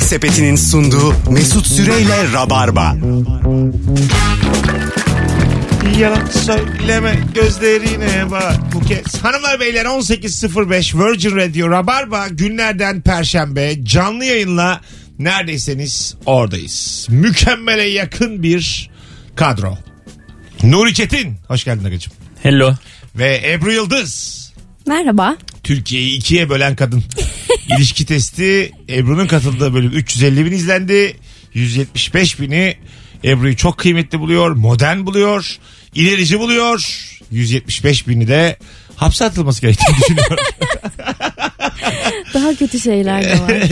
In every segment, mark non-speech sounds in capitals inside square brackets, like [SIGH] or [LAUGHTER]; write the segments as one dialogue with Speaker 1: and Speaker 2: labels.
Speaker 1: Sepeti'nin sunduğu Mesut Süreyle Rabarba.
Speaker 2: Yalan söyleme gözlerine bak bu kez. Hanımlar beyler 18.05 Virgin Radio Rabarba günlerden perşembe canlı yayınla neredeyseniz oradayız. Mükemmele yakın bir kadro. Nuri Çetin hoş geldin Agacım.
Speaker 3: Hello.
Speaker 2: Ve Ebru Yıldız.
Speaker 4: Merhaba.
Speaker 2: Türkiye'yi ikiye bölen kadın. İlişki testi Ebru'nun katıldığı bölüm 350 bin izlendi. 175 bini Ebru'yu çok kıymetli buluyor, modern buluyor, ilerici buluyor. 175 bini de hapse atılması gerektiğini düşünüyor.
Speaker 4: Daha kötü şeyler de
Speaker 2: [LAUGHS]
Speaker 4: var.
Speaker 2: E,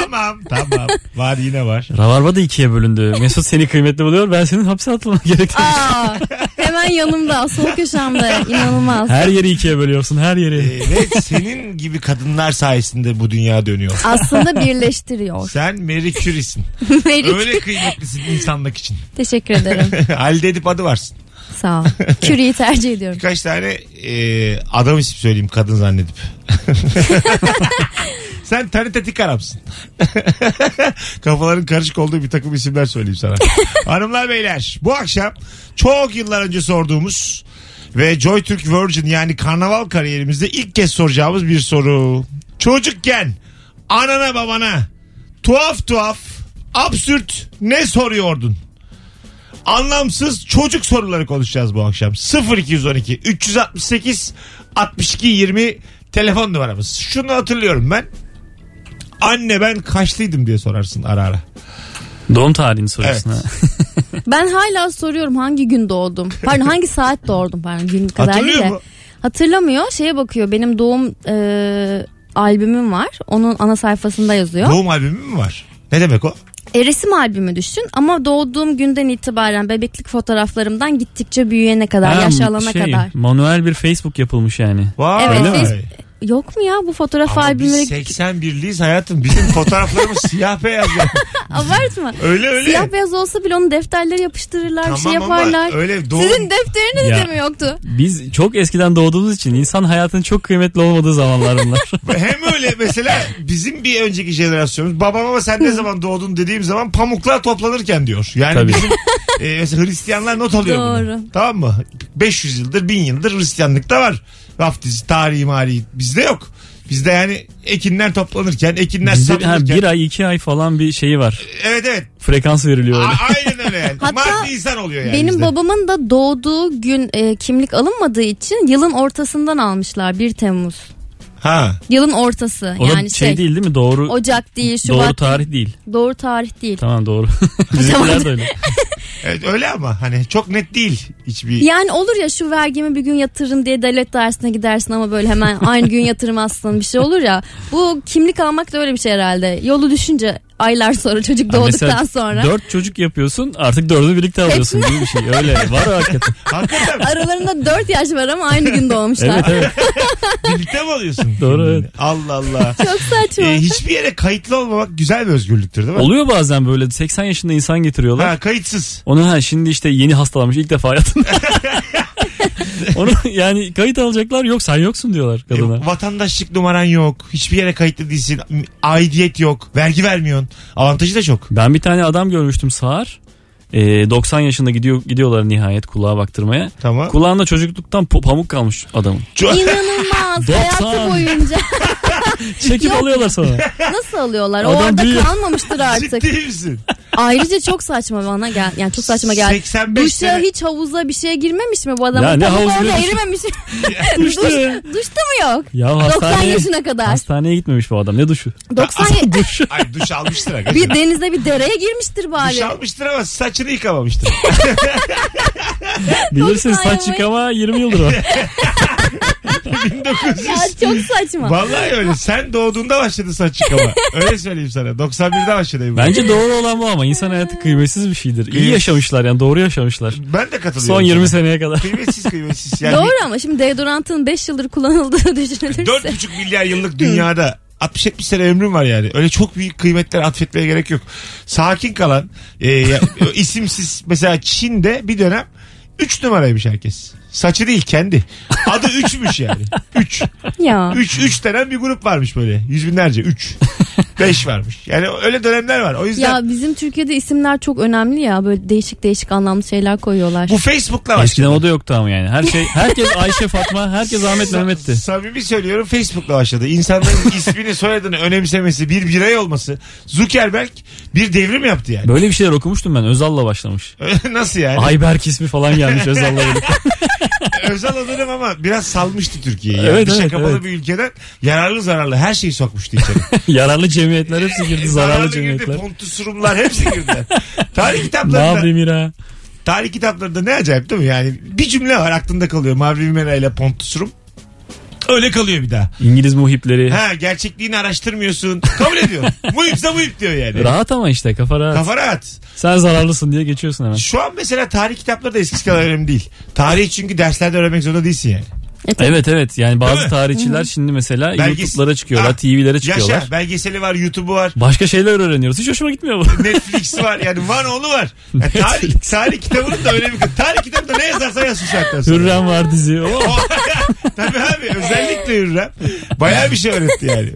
Speaker 2: tamam, tamam. Var yine var.
Speaker 3: Rabarba da ikiye bölündü. Mesut seni kıymetli buluyor. Ben senin hapse [LAUGHS] atılman gerektiğini
Speaker 4: Aa, hemen yanımda, sol köşemde. inanılmaz.
Speaker 3: Her yeri ikiye bölüyorsun. Her yeri.
Speaker 2: Ee, ve senin gibi kadınlar sayesinde bu dünya dönüyor.
Speaker 4: Aslında birleştiriyor. [LAUGHS]
Speaker 2: Sen Marie Curie'sin.
Speaker 4: Merit.
Speaker 2: Öyle kıymetlisin insanlık için. [LAUGHS]
Speaker 4: Teşekkür ederim.
Speaker 2: Halde edip adı varsın. [LAUGHS]
Speaker 4: Sağ ol. Curie'yi tercih ediyorum.
Speaker 2: birkaç tane e, adam isim söyleyeyim kadın zannedip. Sen tanitatik Arapsın. [LAUGHS] Kafaların karışık olduğu bir takım isimler söyleyeyim sana. Hanımlar beyler bu akşam çok yıllar önce sorduğumuz ve Joy Türk Virgin yani karnaval kariyerimizde ilk kez soracağımız bir soru. Çocukken anana babana tuhaf tuhaf absürt ne soruyordun? anlamsız çocuk soruları konuşacağız bu akşam. 0212 368 62 20 telefon numaramız. Şunu hatırlıyorum ben. Anne ben kaçlıydım diye sorarsın ara ara.
Speaker 3: Doğum tarihini soruyorsun
Speaker 2: Evet.
Speaker 3: ha.
Speaker 4: Ben hala soruyorum hangi gün doğdum. Pardon hangi saat doğdum. Pardon gün kadar değil
Speaker 2: Hatırlıyor
Speaker 4: de.
Speaker 2: mu?
Speaker 4: Hatırlamıyor. Şeye bakıyor. Benim doğum e, albümüm var. Onun ana sayfasında yazıyor.
Speaker 2: Doğum albümü mü var? Ne demek o?
Speaker 4: E, resim albümü düşün ama doğduğum günden itibaren bebeklik fotoğraflarımdan gittikçe büyüyene kadar,
Speaker 3: Ha,
Speaker 4: yaşalana
Speaker 3: şey,
Speaker 4: kadar.
Speaker 3: Manuel bir Facebook yapılmış yani.
Speaker 2: Vay.
Speaker 4: Evet,
Speaker 2: Öyle mi?
Speaker 4: biz- Yok mu ya bu fotoğraf
Speaker 2: Ama biz
Speaker 4: albümü?
Speaker 2: 81'liyiz hayatım. Bizim fotoğraflarımız [LAUGHS] siyah beyaz. ya.
Speaker 4: [LAUGHS] Abartma.
Speaker 2: Öyle öyle.
Speaker 3: [LAUGHS]
Speaker 4: Siyah beyaz olsa bile onu defterlere yapıştırırlar, bir şey
Speaker 2: Tamam ama
Speaker 4: yaparlar.
Speaker 2: Öyle doğum.
Speaker 4: Sizin defteriniz
Speaker 3: Ya.
Speaker 4: de mi yoktu?
Speaker 3: Biz çok eskiden doğduğumuz için insan hayatının çok kıymetli olmadığı zamanlar [LAUGHS] bunlar.
Speaker 2: Hem öyle mesela bizim bir önceki jenerasyonumuz babam ama sen ne zaman doğdun dediğim zaman pamuklar toplanırken diyor. Yani
Speaker 3: Tabii.
Speaker 2: bizim e, mesela Hristiyanlar not alıyor bunu.
Speaker 4: Doğru.
Speaker 2: Tamam mı? 500 yıldır 1000 yıldır Hristiyanlıkta var. Vaftiz, tarihi, mali bizde yok. Bizde yani ekinler toplanırken, ekinler
Speaker 3: Bizde ha,
Speaker 2: satılırken.
Speaker 3: bir ay iki ay falan bir şeyi var.
Speaker 2: Evet evet.
Speaker 3: Frekans veriliyor öyle.
Speaker 2: A- aynen öyle yani.
Speaker 4: [LAUGHS] Hatta
Speaker 2: Mart Nisan oluyor yani
Speaker 4: Benim
Speaker 2: bizde.
Speaker 4: babamın da doğduğu gün e, kimlik alınmadığı için yılın ortasından almışlar 1 Temmuz.
Speaker 2: Ha.
Speaker 4: Yılın ortası
Speaker 3: O da
Speaker 4: yani
Speaker 3: şey
Speaker 4: şey,
Speaker 3: değil değil mi? Doğru
Speaker 4: Ocak değil, Şubat
Speaker 3: doğru tarih değil.
Speaker 4: doğru tarih değil.
Speaker 3: Tamam
Speaker 4: [LAUGHS]
Speaker 3: doğru. Bizimkiler de öyle.
Speaker 2: Evet, öyle ama hani çok net değil hiçbir.
Speaker 4: Yani olur ya şu vergimi bir gün yatırırım diye devlet dairesine gidersin ama böyle hemen
Speaker 3: [LAUGHS]
Speaker 4: aynı gün yatırmazsın bir şey olur ya. Bu kimlik almak da öyle bir şey herhalde. Yolu düşünce aylar sonra çocuk
Speaker 3: Ha,
Speaker 4: doğduktan
Speaker 3: mesela
Speaker 4: sonra.
Speaker 3: Dört çocuk yapıyorsun artık dördü birlikte alıyorsun gibi bir şey. Öyle var hakikaten.
Speaker 2: Hakikaten
Speaker 4: Aralarında 4 yaş var ama aynı gün doğmuşlar.
Speaker 3: Evet evet.
Speaker 2: birlikte mi alıyorsun?
Speaker 3: Doğru, evet.
Speaker 2: Allah Allah.
Speaker 4: Çok saçma.
Speaker 2: E, hiçbir yere kayıtlı olmamak güzel bir özgürlüktür değil mi?
Speaker 3: Oluyor bazen böyle 80 yaşında insan getiriyorlar.
Speaker 2: Ha kayıtsız.
Speaker 3: Onu ha şimdi işte yeni hastalanmış ilk defa hayatında.
Speaker 2: [LAUGHS]
Speaker 3: Onu yani kayıt alacaklar yok sen yoksun diyorlar
Speaker 2: E,
Speaker 3: kadına.
Speaker 2: vatandaşlık numaran yok. Hiçbir yere kayıtlı değilsin. Aidiyet yok. Vergi vermiyorsun. Avantajı da çok.
Speaker 3: Ben bir tane adam görmüştüm sağır. Ee, 90 yaşında gidiyor gidiyorlar nihayet kulağa baktırmaya.
Speaker 2: Tamam.
Speaker 3: Kulağında çocukluktan pu- pamuk kalmış adamın.
Speaker 2: Çok-
Speaker 4: İnanılmaz.
Speaker 3: Doksan.
Speaker 4: Hayatı boyunca
Speaker 3: Çekip
Speaker 4: Yok.
Speaker 3: alıyorlar sonra.
Speaker 4: [LAUGHS] nasıl alıyorlar? o
Speaker 3: Adam
Speaker 4: orada
Speaker 3: büyüyor.
Speaker 4: kalmamıştır artık.
Speaker 2: Ciddi misin?
Speaker 4: Ayrıca çok saçma bana gel. Yani çok saçma geldi.
Speaker 2: 85
Speaker 4: Duşa
Speaker 2: sene-
Speaker 4: hiç havuza bir şeye girmemiş mi bu adam?
Speaker 3: Ya ne
Speaker 4: Pamuk
Speaker 3: havuz
Speaker 4: orada
Speaker 3: ne duş-
Speaker 4: erimemiş. [LAUGHS] Duş,
Speaker 3: Duşta.
Speaker 4: duşta mı yok?
Speaker 3: Ya
Speaker 4: 90
Speaker 3: hastaneye,
Speaker 4: yaşına kadar.
Speaker 3: hastaneye gitmemiş bu adam ne
Speaker 4: [LAUGHS]
Speaker 3: duşu.
Speaker 4: 90
Speaker 3: Duş.
Speaker 2: Ay duş almıştır.
Speaker 4: [LAUGHS]
Speaker 2: aga.
Speaker 4: bir denize bir dereye girmiştir
Speaker 2: Duş
Speaker 4: bari.
Speaker 2: almıştır ama saçını yıkamamıştır. [LAUGHS]
Speaker 3: Bilirsin
Speaker 4: Doksan
Speaker 3: saç
Speaker 4: yaşında.
Speaker 3: yıkama 20 yıldır o.
Speaker 2: 1900.
Speaker 4: Ya çok saçma.
Speaker 2: Vallahi öyle. Sen doğduğunda başladı saç yıkama. Öyle söyleyeyim sana. 91'de başladı. bu.
Speaker 3: Bence doğru olan bu ama insan hayatı kıymetsiz bir şeydir. İyi
Speaker 2: Kıymet-
Speaker 3: yaşamışlar yani doğru yaşamışlar.
Speaker 2: ben de katılıyorum.
Speaker 3: Son 20
Speaker 2: sana.
Speaker 3: seneye kadar.
Speaker 2: Kıymetsiz kıymetsiz. Yani
Speaker 4: Doğru ama şimdi deodorantın 5 yıldır kullanıldığı [LAUGHS] düşünülürse.
Speaker 2: 4,5 milyar yıllık dünyada 60-70 sene ömrüm var yani. Öyle çok büyük kıymetler atfetmeye gerek yok. Sakin kalan e, ya- isimsiz mesela Çin'de bir dönem 3 numaraymış herkes. Saçı değil kendi. Adı 3'müş yani. 3.
Speaker 4: Ya.
Speaker 2: 3 3 denen bir grup varmış böyle. Yüz binlerce 3. 5 varmış. Yani öyle dönemler var. O yüzden
Speaker 4: Ya bizim Türkiye'de isimler çok önemli ya. Böyle değişik değişik anlamlı şeyler koyuyorlar.
Speaker 2: bu Facebook'la
Speaker 3: [LAUGHS] Eskiden
Speaker 2: başladı.
Speaker 3: o da yoktu ama yani. Her şey herkes Ayşe Fatma, herkes Ahmet Mehmet'ti.
Speaker 2: Samimi söylüyorum Facebook'la başladı. İnsanların ismini soyadını önemsemesi, bir birey olması. Zuckerberg bir devrim yaptı yani.
Speaker 3: Böyle bir şeyler okumuştum ben. Özal'la başlamış.
Speaker 2: [LAUGHS] Nasıl yani?
Speaker 3: Ayberk ismi falan gelmiş
Speaker 2: [LAUGHS]
Speaker 3: Özal'la birlikte.
Speaker 2: Özel alırım ama biraz salmıştı Türkiye'yi. Yani
Speaker 3: Evet,
Speaker 2: Dışa
Speaker 3: evet,
Speaker 2: kapalı
Speaker 3: evet.
Speaker 2: bir ülkeden yararlı zararlı her şeyi sokmuştu
Speaker 3: [LAUGHS]
Speaker 2: içeri.
Speaker 3: Yararlı cemiyetler hepsi girdi. Zararlı
Speaker 2: girdi,
Speaker 3: cemiyetler.
Speaker 2: pontus surumlar hepsi girdi. tarih
Speaker 3: Ne
Speaker 2: kitaplarında,
Speaker 3: yapayım İra?
Speaker 2: tarih kitaplarında ne acayip değil mi? Yani bir cümle var aklında kalıyor. Mavi Mera ile pontus surum. Öyle kalıyor bir daha.
Speaker 3: İngiliz muhipleri.
Speaker 2: Ha gerçekliğini araştırmıyorsun. Kabul ediyor.
Speaker 3: [LAUGHS]
Speaker 2: Muhipse muhip diyor yani.
Speaker 3: Rahat ama işte kafa rahat.
Speaker 2: Kafa rahat.
Speaker 3: Sen zararlısın diye geçiyorsun hemen.
Speaker 2: Şu an mesela tarih kitapları da eskisi kadar önemli değil. Tarih çünkü derslerde öğrenmek zorunda değilsin yani.
Speaker 3: Evet evet
Speaker 2: Değil
Speaker 3: yani bazı
Speaker 2: mi?
Speaker 3: tarihçiler şimdi mesela
Speaker 2: Belgesel-
Speaker 3: YouTube'lara çıkıyorlar,
Speaker 2: Ha,
Speaker 3: TV'lere çıkıyorlar.
Speaker 2: Yaşa belgeseli var, YouTube'u var.
Speaker 3: Başka şeyler öğreniyoruz. Hiç hoşuma gitmiyor
Speaker 2: [LAUGHS]
Speaker 3: bu.
Speaker 2: Netflix var yani var oğlu var. Yani tarih, tarih kitabının da önemi. Tarih kitabında ne yazarsa yazsın zaten. sonra.
Speaker 3: Hürrem var
Speaker 2: [LAUGHS]
Speaker 3: dizi. Oo.
Speaker 2: O- Tabii abi özellikle Hürrem. Bayağı bir şey öğretti yani.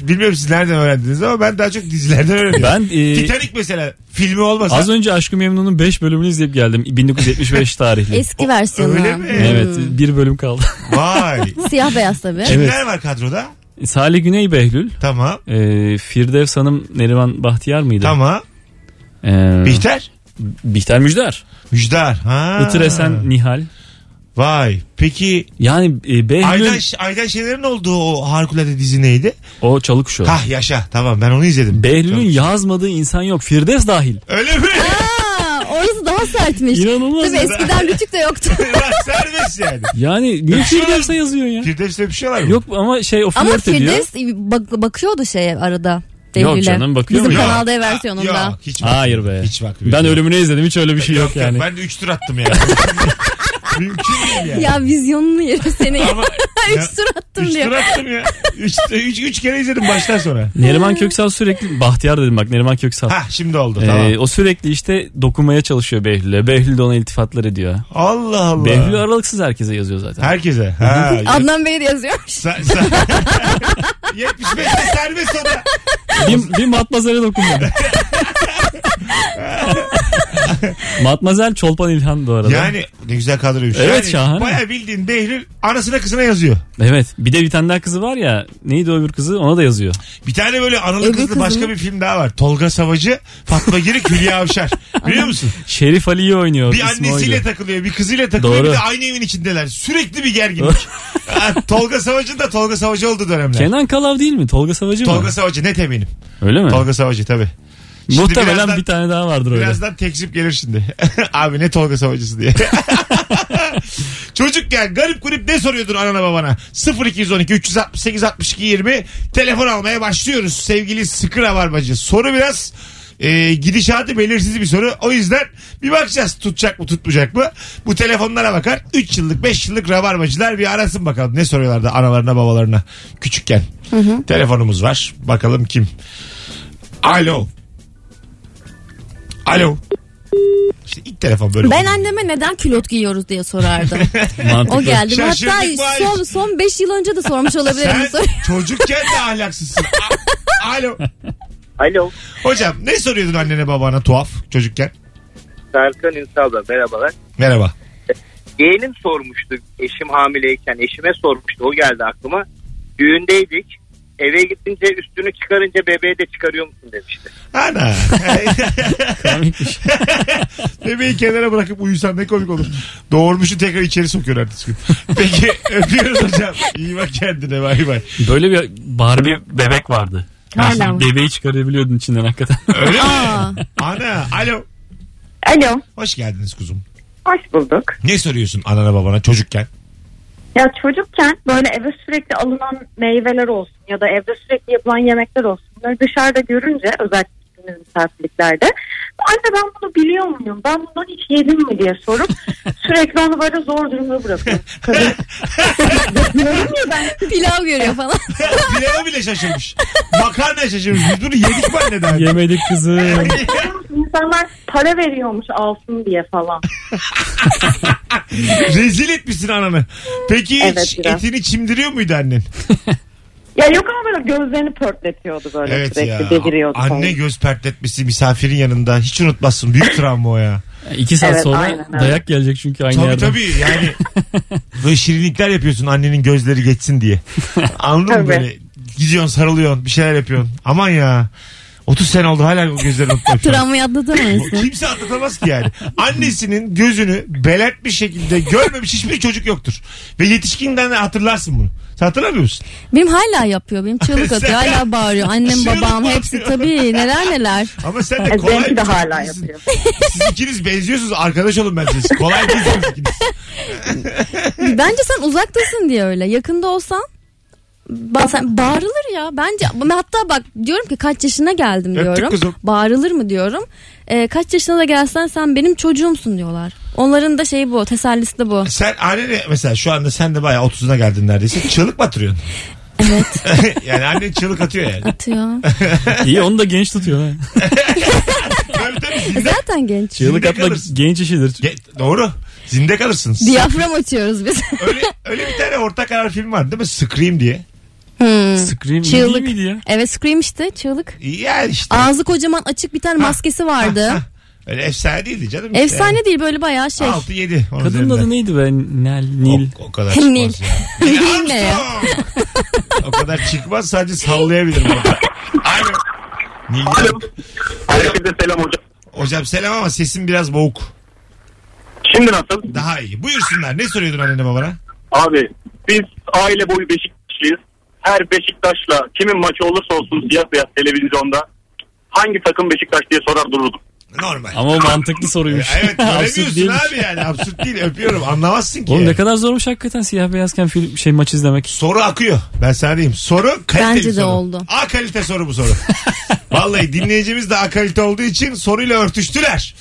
Speaker 2: Bilmiyorum siz nereden öğrendiniz ama ben daha çok dizilerden öğreniyorum.
Speaker 3: Ben e,
Speaker 2: Titanic mesela filmi olmasa.
Speaker 3: az önce Aşkı Memnun'un 5 bölümünü izleyip geldim.
Speaker 4: [LAUGHS]
Speaker 3: 1975 tarihli.
Speaker 4: Eski versiyonu.
Speaker 2: öyle mi? Hmm.
Speaker 3: Evet bir bölüm kaldı. [LAUGHS]
Speaker 2: Vay.
Speaker 4: Siyah beyaz tabii.
Speaker 2: Kimler
Speaker 3: Evet.
Speaker 2: var kadroda?
Speaker 3: Salih Güney Behlül,
Speaker 2: Tamam.
Speaker 3: e, Firdevs Hanım Neriman Bahtiyar mıydı?
Speaker 2: Tamam.
Speaker 3: E,
Speaker 2: Bihter.
Speaker 3: Bihter Müjdar,
Speaker 2: Müjdar. Ha.
Speaker 3: Itır Esen Nihal.
Speaker 2: Vay. Peki
Speaker 3: Yani e, Behlül
Speaker 2: Aydan, Aydan Şener'in olduğu o harikulade dizi neydi?
Speaker 3: o Çalıkuşu.
Speaker 2: Hah yaşa. Tamam ben onu izledim.
Speaker 3: Behlül'ün
Speaker 2: Tamam.
Speaker 3: yazmadığı insan yok. Firdevs dahil.
Speaker 2: Öyle mi?
Speaker 4: Aa, orası daha sertmiş.
Speaker 3: İnanılmaz.
Speaker 4: Tabii eskiden rütük
Speaker 2: [LAUGHS]
Speaker 4: de yoktu.
Speaker 2: Bak serbest yani.
Speaker 3: Yani niye
Speaker 2: Öpüşüyorlar.
Speaker 3: Firdevs'e yazıyorsun ya?
Speaker 2: Firdevs'le bir şey var mı?
Speaker 3: Yok ama şey o
Speaker 4: Ama
Speaker 3: flört ediyor.
Speaker 4: Firdevs bak- bakıyordu şeye arada.
Speaker 3: Yok
Speaker 4: Behlül'e.
Speaker 3: canım, bakıyor
Speaker 4: Bizim
Speaker 3: mu?
Speaker 4: kanalda
Speaker 2: Yok.
Speaker 4: versiyonunda.
Speaker 2: Yok, hiç bakmıyor.
Speaker 3: Hayır be.
Speaker 2: Hiç şey bakmıyor.
Speaker 3: ben ölümüne izledim hiç öyle bir şey yok, yani.
Speaker 2: Ben de 3 tur attım
Speaker 4: [LAUGHS]
Speaker 2: yani. Mümkün değil yani.
Speaker 4: Ya vizyonunu yerim seni.
Speaker 2: Ama ya,
Speaker 4: [LAUGHS] Üç tur attım
Speaker 2: üç tur
Speaker 4: diyor.
Speaker 2: attım ya. 3 üç, üç kere izledim baştan sonra.
Speaker 3: Neriman Köksal sürekli Bahtiyar dedim bak Neriman Köksal.
Speaker 2: Ha şimdi oldu
Speaker 3: Ee,
Speaker 2: tamam.
Speaker 3: o sürekli işte dokunmaya çalışıyor Behlül'e. Behlül de ona iltifatlar ediyor.
Speaker 2: Allah Allah.
Speaker 3: Behlül aralıksız herkese yazıyor zaten.
Speaker 2: Herkese. Ha. ya-
Speaker 4: Adnan Bey de yazıyormuş.
Speaker 2: Sa- sa- [LAUGHS] 75'te serbest o da.
Speaker 3: bir, bir matmazele
Speaker 2: [LAUGHS]
Speaker 3: dokunmadı. Matmazel Çolpan İlhan bu arada.
Speaker 2: Yani ne güzel kadroymuş.
Speaker 3: Evet,
Speaker 2: yani,
Speaker 3: şahane.
Speaker 2: Baya bildiğin Behlül anasına kızına yazıyor.
Speaker 3: Evet bir de bir tane daha kızı var ya neydi o öbür kızı ona da yazıyor.
Speaker 2: Bir tane böyle analı
Speaker 4: Öbür
Speaker 2: kızlı
Speaker 4: kızın-
Speaker 2: başka bir film daha var. Tolga Savacı, Fatma Girik, Hülya Avşar. Biliyor musun?
Speaker 3: Şerif Ali'yi oynuyor.
Speaker 2: Bir
Speaker 3: ismi
Speaker 2: annesiyle
Speaker 3: oydu.
Speaker 2: takılıyor, bir kızıyla takılıyor,
Speaker 3: Doğru.
Speaker 2: bir de aynı evin içindeler. Sürekli bir
Speaker 3: [LAUGHS]
Speaker 2: gerginlik. Ha, Tolga Savacı'nın da Tolga Savacı olduğu dönemler.
Speaker 3: Kenan Kalav değil mi? Tolga Savacı
Speaker 2: Tolga
Speaker 3: mı?
Speaker 2: Savacı net eminim.
Speaker 3: Öyle mi?
Speaker 2: Tolga Savacı tabii. Şimdi
Speaker 3: Muhtemelen
Speaker 2: birazdan-
Speaker 3: bir tane daha vardır öyle.
Speaker 2: Birazdan tekzip gelir şimdi. [LAUGHS] Abi ne Tolga Savacısı diye. [LAUGHS] Çocukken garip grup ne soruyordun anana babana? 0212 368 62 20 telefon almaya başlıyoruz sevgili sıkıra barbacı. Soru biraz e, gidişatı belirsiz bir soru. O yüzden bir bakacağız tutacak mı tutmayacak mı? Bu telefonlara bakar 3 yıllık 5 yıllık rabarbacılar bir arasın bakalım ne soruyorlar da analarına babalarına küçükken. Telefonumuz var bakalım kim? Alo. Alo. İşte ilk telefon böyle.
Speaker 4: Ben
Speaker 2: oldu.
Speaker 4: anneme neden külot giyiyoruz diye sorardım.
Speaker 3: Mantıklı.
Speaker 2: [LAUGHS]
Speaker 4: O geldi.
Speaker 2: Şaşırdık
Speaker 4: Hatta
Speaker 2: mı?
Speaker 4: son, son 5 yıl önce de sormuş olabilirim. bu
Speaker 2: Sen
Speaker 4: soruyu. [LAUGHS]
Speaker 2: çocukken de ahlaksızsın. A- Alo.
Speaker 5: Alo.
Speaker 2: Hocam ne soruyordun annene babana tuhaf çocukken?
Speaker 5: Serkan Ünsal ben, merhabalar.
Speaker 2: Merhaba.
Speaker 5: Yeğenim sormuştu eşim hamileyken eşime sormuştu o geldi aklıma. Düğündeydik eve gittince üstünü çıkarınca bebeği de çıkarıyor musun demişti.
Speaker 2: Ana.
Speaker 3: [LAUGHS]
Speaker 2: [LAUGHS]
Speaker 3: Komikmiş.
Speaker 2: Bebeği kenara bırakıp uyusan ne komik olur. Doğurmuşu tekrar içeri sokuyor ertesi gün. Peki [LAUGHS] öpüyoruz hocam. İyi bak kendine bay bay.
Speaker 3: Böyle bir Barbie bebek vardı.
Speaker 6: Hala
Speaker 3: Yani
Speaker 6: mı?
Speaker 3: bebeği çıkarabiliyordun içinden hakikaten. [LAUGHS]
Speaker 2: Öyle mi?
Speaker 4: Aa.
Speaker 2: Ana. Alo.
Speaker 6: Alo.
Speaker 2: Hoş geldiniz kuzum.
Speaker 6: Hoş bulduk.
Speaker 2: Ne soruyorsun anana babana [LAUGHS] çocukken?
Speaker 6: Ya çocukken böyle eve sürekli alınan meyveler olsun ya da evde sürekli yapılan yemekler olsun. Bunları dışarıda görünce özellikle gittiğimiz misafirliklerde anne ben bunu biliyor muyum? Ben bundan hiç yedim mi diye sorup
Speaker 2: [LAUGHS]
Speaker 6: sürekli onu böyle zor durumda bırakıyorum. Kadın, "Bilmiyorum ya ben
Speaker 4: Pilav görüyor falan.
Speaker 2: [LAUGHS] Pilava bile şaşırmış. Makarna şaşırmış. Biz bunu yedik mi anneden?
Speaker 3: Yemedik kızım.
Speaker 6: biliyor musun? İnsanlar para veriyormuş alsın diye falan.
Speaker 2: Rezil etmişsin ananı. Peki hiç
Speaker 6: Evet, biraz.
Speaker 2: etini çimdiriyor muydu annen?
Speaker 6: Ya yok ama böyle gözlerini pörtletiyordu böyle
Speaker 2: Evet
Speaker 6: sürekli
Speaker 2: ya.
Speaker 6: deliriyordu. falan.
Speaker 2: Anne göz pertletmesi misafirin yanında hiç unutmazsın. Büyük travma o ya.
Speaker 3: Yani İki saat
Speaker 6: Evet,
Speaker 3: sonra
Speaker 6: aynen, evet.
Speaker 3: dayak gelecek çünkü aynı
Speaker 2: tabii
Speaker 3: yerden.
Speaker 2: tabii yani. böyle şirinlikler yapıyorsun annenin gözleri geçsin diye. Anladın mı
Speaker 6: Tabii.
Speaker 2: böyle? Gidiyorsun sarılıyorsun bir şeyler yapıyorsun. Aman ya. 30 sene oldu hala o gözlerini unutmuyorum.
Speaker 4: Travmayı
Speaker 2: Bu
Speaker 4: atlatamazsın.
Speaker 2: Kimse atlatamaz ki yani. Annesinin gözünü belertmiş şekilde görmemiş hiçbir çocuk yoktur. Ve yetişkinden de hatırlarsın bunu. Sen hatırlamıyor musun?
Speaker 4: benim hala yapıyor.
Speaker 2: [LAUGHS]
Speaker 4: Benim çığlık atıyor. Hala bağırıyor. Annem
Speaker 2: Çığlık
Speaker 4: babam
Speaker 2: atıyor.
Speaker 4: hepsi tabii neler neler.
Speaker 2: Ama sen de
Speaker 6: E,
Speaker 2: kolay
Speaker 6: Benimki de
Speaker 2: bir şey çocuk
Speaker 6: hala
Speaker 2: değilsin.
Speaker 6: yapıyor.
Speaker 2: Siz ikiniz benziyorsunuz. Arkadaş olun bence. siz. Kolay değilsiniz ikiniz.
Speaker 4: Bence sen uzaktasın diye öyle. Yakında olsan bazen bağırılır ya. Bence ben hatta bak diyorum ki kaç yaşına geldim
Speaker 2: Öptük
Speaker 4: diyorum.
Speaker 2: kızım.
Speaker 4: Bağırılır mı diyorum. Ee, kaç yaşına da gelsen sen benim çocuğumsun diyorlar. Onların da şeyi bu, tesellisi de bu.
Speaker 2: Sen annene mesela şu anda sen de bayağı 30'una geldin neredeyse. Çığlık batırıyorsun.
Speaker 4: Evet,
Speaker 2: [LAUGHS] yani annen çığlık atıyor yani.
Speaker 4: atıyor.
Speaker 3: İyi onu da genç tutuyor.
Speaker 2: [LAUGHS]
Speaker 3: ha.
Speaker 2: Tabii tabii
Speaker 4: E
Speaker 2: zinde.
Speaker 4: zaten genç.
Speaker 3: Çığlık
Speaker 2: Zinde
Speaker 3: atmak
Speaker 2: kalırsın.
Speaker 3: genç işidir.
Speaker 2: Ge- doğru. Zinde kalırsınız.
Speaker 4: Diyafram açıyoruz biz.
Speaker 2: öyle, öyle bir tane orta karar film var değil mi? Scream diye.
Speaker 4: Hmm.
Speaker 3: Scream
Speaker 4: Çığlık.
Speaker 3: değil miydi ya?
Speaker 4: Evet Scream işte çığlık.
Speaker 2: Yani işte.
Speaker 4: Ağzı kocaman açık bir tane maskesi vardı.
Speaker 2: Öyle efsane değildi canım. işte.
Speaker 4: Efsane değil böyle bayağı şey.
Speaker 2: 6 7 onun
Speaker 3: Kadının
Speaker 2: üzerinden.
Speaker 3: adı neydi be? Nel, Nil.
Speaker 2: O, o kadar
Speaker 4: Nil.
Speaker 2: çıkmaz ya. Nil
Speaker 4: [LAUGHS] Nil ne ya?
Speaker 2: Armstrong. [LAUGHS] o kadar çıkmaz sadece sallayabilirim orada. Alo. Nil.
Speaker 5: Herkese selam hocam.
Speaker 2: Hocam selam ama sesin biraz boğuk.
Speaker 5: Şimdi nasıl?
Speaker 2: Daha iyi. Buyursunlar. Ne soruyordun annene babana?
Speaker 5: Abi biz aile boyu Beşiktaşlıyız. Her Beşiktaş'la kimin maçı olursa olsun siyah beyaz televizyonda hangi takım Beşiktaş diye sorar dururdum.
Speaker 2: Normal.
Speaker 3: Ama o mantıklı soruymuş.
Speaker 2: Evet
Speaker 3: [LAUGHS] Absürt
Speaker 2: göremiyorsun
Speaker 3: değilmiş.
Speaker 2: abi yani. Absürt değil. Öpüyorum. Anlamazsın ki.
Speaker 3: Oğlum ne kadar zormuş hakikaten siyah beyazken film şey maç izlemek.
Speaker 2: Soru akıyor. Ben sana diyeyim. Soru kaliteli
Speaker 4: Bence de
Speaker 2: soru.
Speaker 4: oldu.
Speaker 2: A kalite soru bu soru.
Speaker 3: [LAUGHS]
Speaker 2: Vallahi dinleyicimiz de A kalite olduğu için soruyla örtüştüler.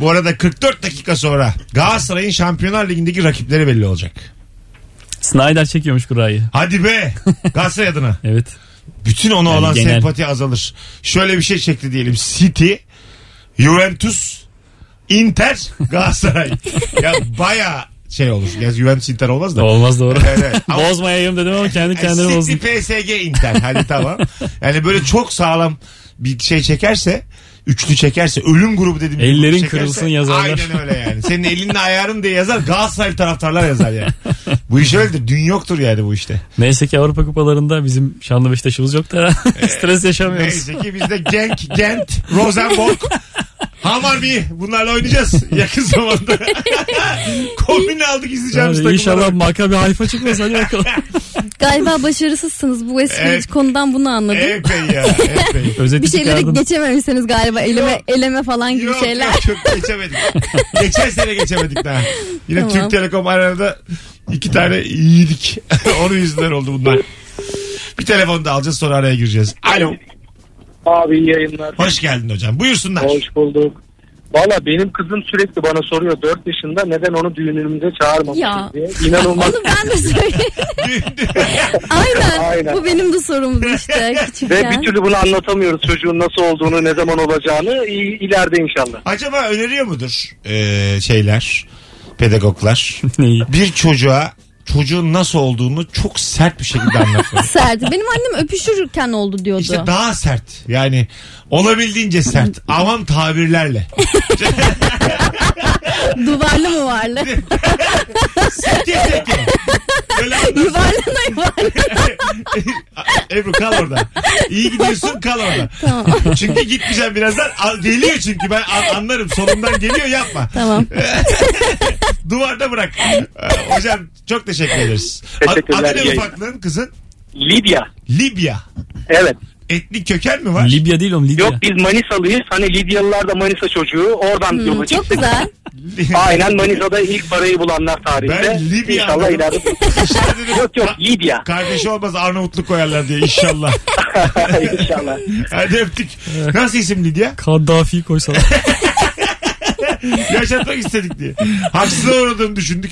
Speaker 2: Bu arada 44 dakika sonra Galatasaray'ın Şampiyonlar Ligi'ndeki rakipleri belli olacak.
Speaker 3: Snyder çekiyormuş kurayı.
Speaker 2: Hadi
Speaker 3: [LAUGHS]
Speaker 2: be Galatasaray adına.
Speaker 3: Evet.
Speaker 2: Bütün ona
Speaker 3: Yani
Speaker 2: olan
Speaker 3: genel-
Speaker 2: sempati azalır. Şöyle bir şey çekti diyelim. City, Juventus, Inter,
Speaker 3: [LAUGHS]
Speaker 2: Galatasaray. ya baya şey olur. Ya Juventus Inter olmaz da.
Speaker 3: Olmaz doğru.
Speaker 2: Evet,
Speaker 3: [LAUGHS]
Speaker 2: evet. Ama-
Speaker 3: Bozmayayım dedim
Speaker 2: [LAUGHS]
Speaker 3: ama kendi
Speaker 2: Yani
Speaker 3: kendine bozdum.
Speaker 2: City, PSG, Inter. Hadi tamam. Yani böyle çok sağlam bir şey çekerse üçlü çekerse ölüm grubu dediğim bir grup
Speaker 3: Ellerin
Speaker 2: çekerse,
Speaker 3: kırılsın yazarlar.
Speaker 2: Aynen öyle yani.
Speaker 3: [LAUGHS]
Speaker 2: Senin elinle ayarın diye yazar Galatasaray taraftarlar yazar yani. bu iş öyledir. Dün yoktur yani bu işte.
Speaker 3: Neyse ki Avrupa kupalarında bizim şanlı Beşiktaş'ımız yok da [LAUGHS] stres yaşamıyoruz.
Speaker 2: Ee, Neyse ki biz de Genk, Gent, Rosenborg, Hamarby bunlarla oynayacağız yakın zamanda. Kombinle aldık izleyeceğimiz
Speaker 3: Yani
Speaker 2: takımları.
Speaker 3: inşallah makabi hayfa çıkmaz hadi bakalım.
Speaker 2: [LAUGHS]
Speaker 4: Galiba başarısızsınız bu espri
Speaker 2: Evet.
Speaker 4: konudan bunu anladım.
Speaker 2: Epey ya epey.
Speaker 3: Özeti
Speaker 4: Bir şeyleri
Speaker 3: çıkardın.
Speaker 4: geçememişsiniz galiba eleme
Speaker 2: Yok.
Speaker 4: eleme falan
Speaker 2: [LAUGHS]
Speaker 4: gibi
Speaker 2: Yok,
Speaker 4: şeyler.
Speaker 2: Yok çok geçemedik. Geçen sene geçemedik daha. Yine
Speaker 4: Tamam.
Speaker 2: Türk Telekom arada iki tane iyiydik. [LAUGHS] Onun yüzünden oldu bunlar. Bir telefon da alacağız sonra araya gireceğiz. Alo.
Speaker 5: Abi iyi yayınlar.
Speaker 2: Hoş geldin hocam. Buyursunlar.
Speaker 5: Hoş bulduk. Valla benim kızım sürekli bana soruyor 4 yaşında neden onu düğünümüze
Speaker 4: Ya.
Speaker 5: çağırmamışız diye. İnanılmaz.
Speaker 4: Onu ben
Speaker 2: [LAUGHS]
Speaker 4: de söyleyeyim. Aynen.
Speaker 5: Aynen.
Speaker 4: Bu benim de sorumdu işte
Speaker 5: Ve bir
Speaker 4: küçükken.
Speaker 5: türlü bunu anlatamıyoruz çocuğun nasıl olduğunu, ne zaman olacağını. İyi, ileride inşallah.
Speaker 2: Acaba öneriyor mudur ee, şeyler, pedagoglar?
Speaker 3: [LAUGHS] Neyi?
Speaker 2: Bir çocuğa çocuğun nasıl olduğunu çok sert bir şekilde
Speaker 4: [LAUGHS]
Speaker 2: anlatmak.
Speaker 4: Sert. Benim annem öpüşürken oldu diyordu.
Speaker 2: İşte daha sert. Yani olabildiğince sert. Avam tabirlerle.
Speaker 4: Duvarlı
Speaker 2: [LAUGHS]
Speaker 4: mı varlı? [LAUGHS]
Speaker 2: Seke seke. Böyle
Speaker 4: [LAUGHS] Yuvarlı mı yuvarlı?
Speaker 2: Ebru kal orada. İyi gidiyorsun kal orada.
Speaker 4: Tamam.
Speaker 2: Çünkü gitmeyeceğim birazdan. A- Geliyor çünkü ben a- anlarım. Solundan geliyor yapma.
Speaker 4: Tamam.
Speaker 2: Duvarda bırak. Ee, Hocam çok teşekkür ederiz. A-
Speaker 5: Teşekkürler,
Speaker 2: Adı ne
Speaker 5: yayın.
Speaker 2: ufaklığın kızın?
Speaker 5: Lidya.
Speaker 2: Libya.
Speaker 5: Evet.
Speaker 2: Etnik köken mi var?
Speaker 3: Libya değil oğlum Libya.
Speaker 5: Yok biz Manisalıyız. Hani Lidyalılar da Manisa çocuğu. Oradan
Speaker 4: Hmm,
Speaker 5: yola
Speaker 4: çok
Speaker 5: çıktık.
Speaker 4: güzel.
Speaker 5: Aynen Manisa'da ilk parayı bulanlar tarihinde.
Speaker 2: Ben Libya
Speaker 5: İnşallah
Speaker 2: anladım.
Speaker 5: ileride.
Speaker 2: [LAUGHS] İşte dedim,
Speaker 5: yok yok
Speaker 2: ka-
Speaker 5: Lidya.
Speaker 2: Kardeşi olmaz Arnavutluk koyarlar diye inşallah.
Speaker 5: İnşallah.
Speaker 2: Hadi öptük. Nasıl isim Lidya?
Speaker 3: Kaddafi'yi koysalar.
Speaker 2: [LAUGHS] Yaşatmak istedik diye. Haksız uğradığını düşündük.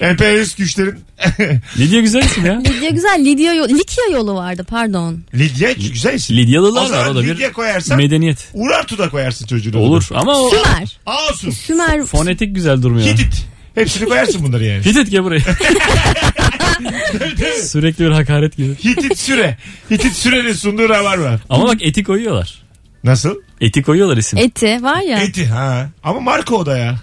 Speaker 2: Emperyalist güçlerin. [LAUGHS]
Speaker 3: Lidya güzel isim ya.
Speaker 4: Lidya güzel. Lidya yol, Likya yolu vardı pardon.
Speaker 2: Lidya güzel isim. O
Speaker 3: Lidyalılar var
Speaker 2: zaman
Speaker 3: o da
Speaker 2: Lidya
Speaker 3: bir
Speaker 2: koyarsan
Speaker 3: medeniyet.
Speaker 2: Urartu da koyarsın çocuğunu.
Speaker 3: Olur ama o
Speaker 4: Sümer.
Speaker 2: Asu.
Speaker 4: Sümer.
Speaker 3: fonetik güzel
Speaker 2: [LAUGHS]
Speaker 3: durmuyor.
Speaker 2: Hitit. Hepsini koyarsın bunları yani.
Speaker 3: Hitit gel buraya. Sürekli bir hakaret gibi.
Speaker 2: Hitit Süre. Hitit Süre'nin sunduğu rabarba.
Speaker 3: Ama bak eti koyuyorlar.
Speaker 2: Nasıl?
Speaker 3: Eti koyuyorlar isim.
Speaker 4: Eti var ya.
Speaker 2: Eti ha. Ama Marco o da ya.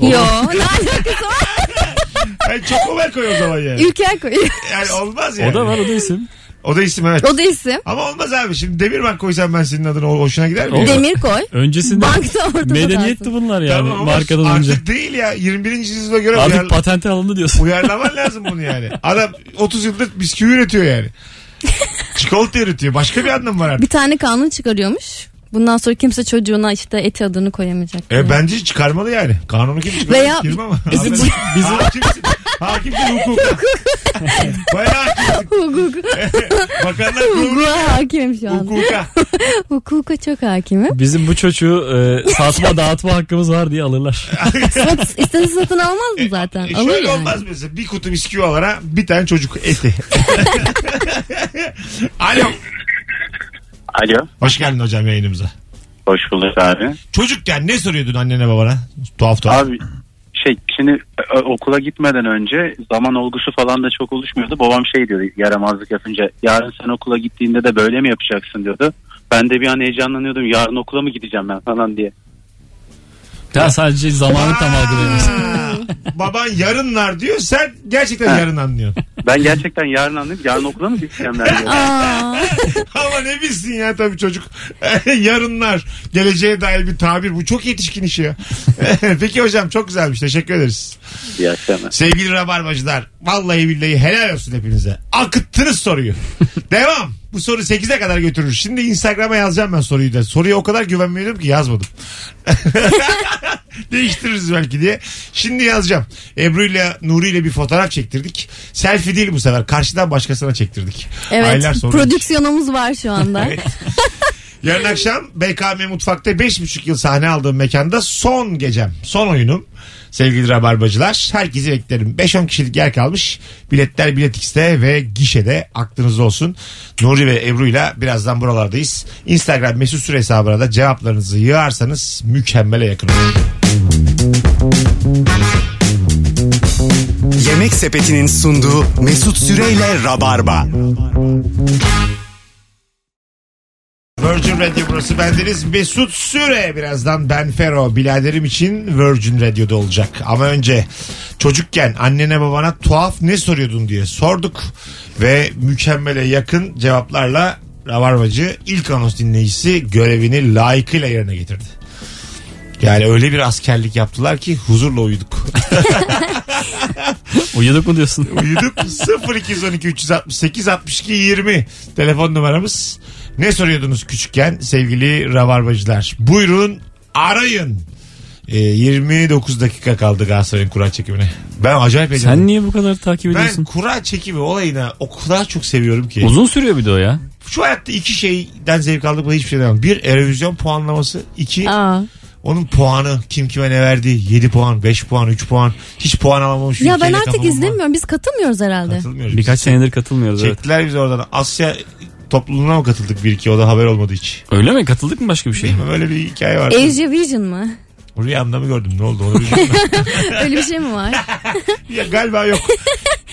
Speaker 4: Yo [LAUGHS] ne alakası var?
Speaker 2: [LAUGHS] Ben çok Marco o zaman yani.
Speaker 4: Ülker koyuyor.
Speaker 2: Yani olmaz
Speaker 4: E-
Speaker 2: yani.
Speaker 3: O da var o da isim.
Speaker 2: O da isim evet.
Speaker 4: [LAUGHS] O da isim.
Speaker 2: Ama olmaz abi. Şimdi Demirbank koysam ben senin adına o- hoşuna gider mi?
Speaker 3: Olur.
Speaker 4: Demir koy.
Speaker 3: Öncesinde
Speaker 4: Bankta ortada
Speaker 3: medeniyetti bunlar yani
Speaker 2: ama
Speaker 3: markadan önce.
Speaker 2: Artık değil ya. 21. yüzyıla göre
Speaker 3: Artık
Speaker 2: uyarla-
Speaker 3: patente alındı diyorsun.
Speaker 2: uyarlaman lazım bunu
Speaker 3: [LAUGHS]
Speaker 2: yani. Adam 30 yıldır bisküvi üretiyor yani. Çikolata üretiyor. Başka bir anlam var
Speaker 4: Bir
Speaker 2: artık.
Speaker 4: tane kanun çıkarıyormuş. Bundan sonra kimse çocuğuna işte eti adını koyamayacak.
Speaker 2: E, bence çıkarmalı yani. Kanunu kim çıkarmalı?
Speaker 4: Veya-
Speaker 2: Girme ama.
Speaker 3: Bizim-
Speaker 2: Abi,
Speaker 3: bizim-
Speaker 2: Hakimsin. Hakimsin hukuk. Bayağı hakimsin.
Speaker 4: Hukuk.
Speaker 2: Bakanlar kurulu
Speaker 4: Hukuka hakimim şu an.
Speaker 2: hukuka.
Speaker 4: Hukuka çok
Speaker 2: [LAUGHS]
Speaker 4: hakimim.
Speaker 3: Bizim bu çocuğu e, satma dağıtma hakkımız var
Speaker 2: [LAUGHS]
Speaker 3: diye alırlar.
Speaker 4: Sat, istese satın almaz mı zaten?
Speaker 2: E,
Speaker 4: Alır
Speaker 2: şöyle
Speaker 4: yani.
Speaker 2: olmaz mesela. Bir kutu bisküvi alana bir tane çocuk eti. [LAUGHS] Alo.
Speaker 7: Alo.
Speaker 2: Hoş geldin hocam yayınımıza.
Speaker 7: Hoş bulduk abi.
Speaker 2: Çocukken ne soruyordun annene babana? Tuhaf tuhaf.
Speaker 7: Abi şey şimdi e, okula gitmeden önce zaman olgusu falan da çok oluşmuyordu. Babam şey diyordu yaramazlık yapınca yarın sen okula gittiğinde de böyle mi yapacaksın diyordu. Ben de bir an heyecanlanıyordum yarın okula mı gideceğim ben falan diye.
Speaker 3: Ya sadece zamanı tam algılayamıyorsun.
Speaker 2: Aa, Baban yarınlar diyor sen gerçekten
Speaker 7: Ha.
Speaker 2: yarın anlıyorsun.
Speaker 7: Ben gerçekten yarın anlayıp yarın okula mı gideceğim ben diye.
Speaker 4: Aa,
Speaker 2: [LAUGHS] Ama ne bilsin ya tabii çocuk. [LAUGHS] yarınlar geleceğe dair bir tabir bu çok yetişkin işi ya. [LAUGHS] Peki hocam çok güzelmiş teşekkür ederiz.
Speaker 7: [LAUGHS] İyi
Speaker 2: [LAUGHS]
Speaker 7: akşamlar.
Speaker 2: Sevgili rabarbacılar vallahi billahi helal olsun hepinize. Akıttınız soruyu. Devam. Bu soru 8'e kadar götürür. Şimdi Instagram'a yazacağım ben soruyu da. Soruya o kadar güvenmiyordum ki yazmadım. Değiştiririz belki diye. Şimdi yazacağım. Ebru ile Nuri ile bir fotoğraf çektirdik. Selfie değil bu sefer. Karşıdan başkasına çektirdik. Aylar
Speaker 4: evet.
Speaker 2: sonra.
Speaker 4: Prodüksiyonumuz var şu anda.
Speaker 2: Evet. Yarın akşam BKM Mutfak'ta 5,5 yıl sahne aldığım mekanda son gecem, son oyunum. Sevgili Rabarbacılar herkesi beklerim. 5-10 kişilik yer kalmış. Biletler Bilet X'te ve gişede aklınızda olsun. Nuri ve Ebru ile birazdan buralardayız. Instagram mesut süre hesabına da cevaplarınızı yığarsanız mükemmele yakın olur.
Speaker 1: Yemek Sepeti'nin sunduğu Mesut Süreyle Rabarba.
Speaker 2: Virgin Radio burası bendeniz. Mesut Süre birazdan Ben Fero. Biladerim için Virgin Radio'da olacak. Ama önce çocukken annene babana tuhaf ne soruyordun diye sorduk. Ve mükemmele yakın cevaplarla Ravarvacı ilk anons dinleyicisi görevini layıkıyla yerine getirdi. Yani öyle bir askerlik yaptılar ki huzurla uyuduk.
Speaker 3: Uyuduk mu diyorsun?
Speaker 4: [LAUGHS]
Speaker 2: Uyuduk 0212 368 62 20 telefon numaramız. Ne soruyordunuz küçükken sevgili rabarbacılar? Buyurun arayın. E, 29 dakika kaldı Galatasaray'ın kura çekimine. Ben acayip
Speaker 3: Sen
Speaker 2: heyecanlıyım.
Speaker 3: niye bu kadar takip
Speaker 2: Ben
Speaker 3: ediyorsun?
Speaker 2: kura çekimi olayına o kadar çok seviyorum ki.
Speaker 3: Uzun sürüyor bir de o ya.
Speaker 2: Şu hayatta iki şeyden zevk aldık ve hiçbir şeyden almadım. Bir Erevizyon puanlaması. iki
Speaker 4: Aa.
Speaker 2: onun puanı. Kim kime ne verdi? 7 puan, 5 puan, 3 puan. Hiç puan alamamış.
Speaker 4: Ya ben
Speaker 2: ülkeyle
Speaker 4: artık
Speaker 2: kafamın var.
Speaker 4: izlemiyorum. Biz katılmıyoruz herhalde.
Speaker 2: Katılmıyoruz.
Speaker 3: Birkaç senedir katılmıyoruz evet.
Speaker 2: Çektiler biz oradan. Asya topluluğuna mı katıldık bir iki o da haber olmadı hiç.
Speaker 3: Öyle mi? Katıldık mı başka bir şey?
Speaker 2: Değil mi? Böyle bir hikaye var.
Speaker 4: Asia Vision mı? [LAUGHS]
Speaker 2: Rüyamda mı gördüm ne oldu onu bilmiyorum.
Speaker 4: Öyle bir şey mi var?
Speaker 2: [LAUGHS] ya, galiba yok.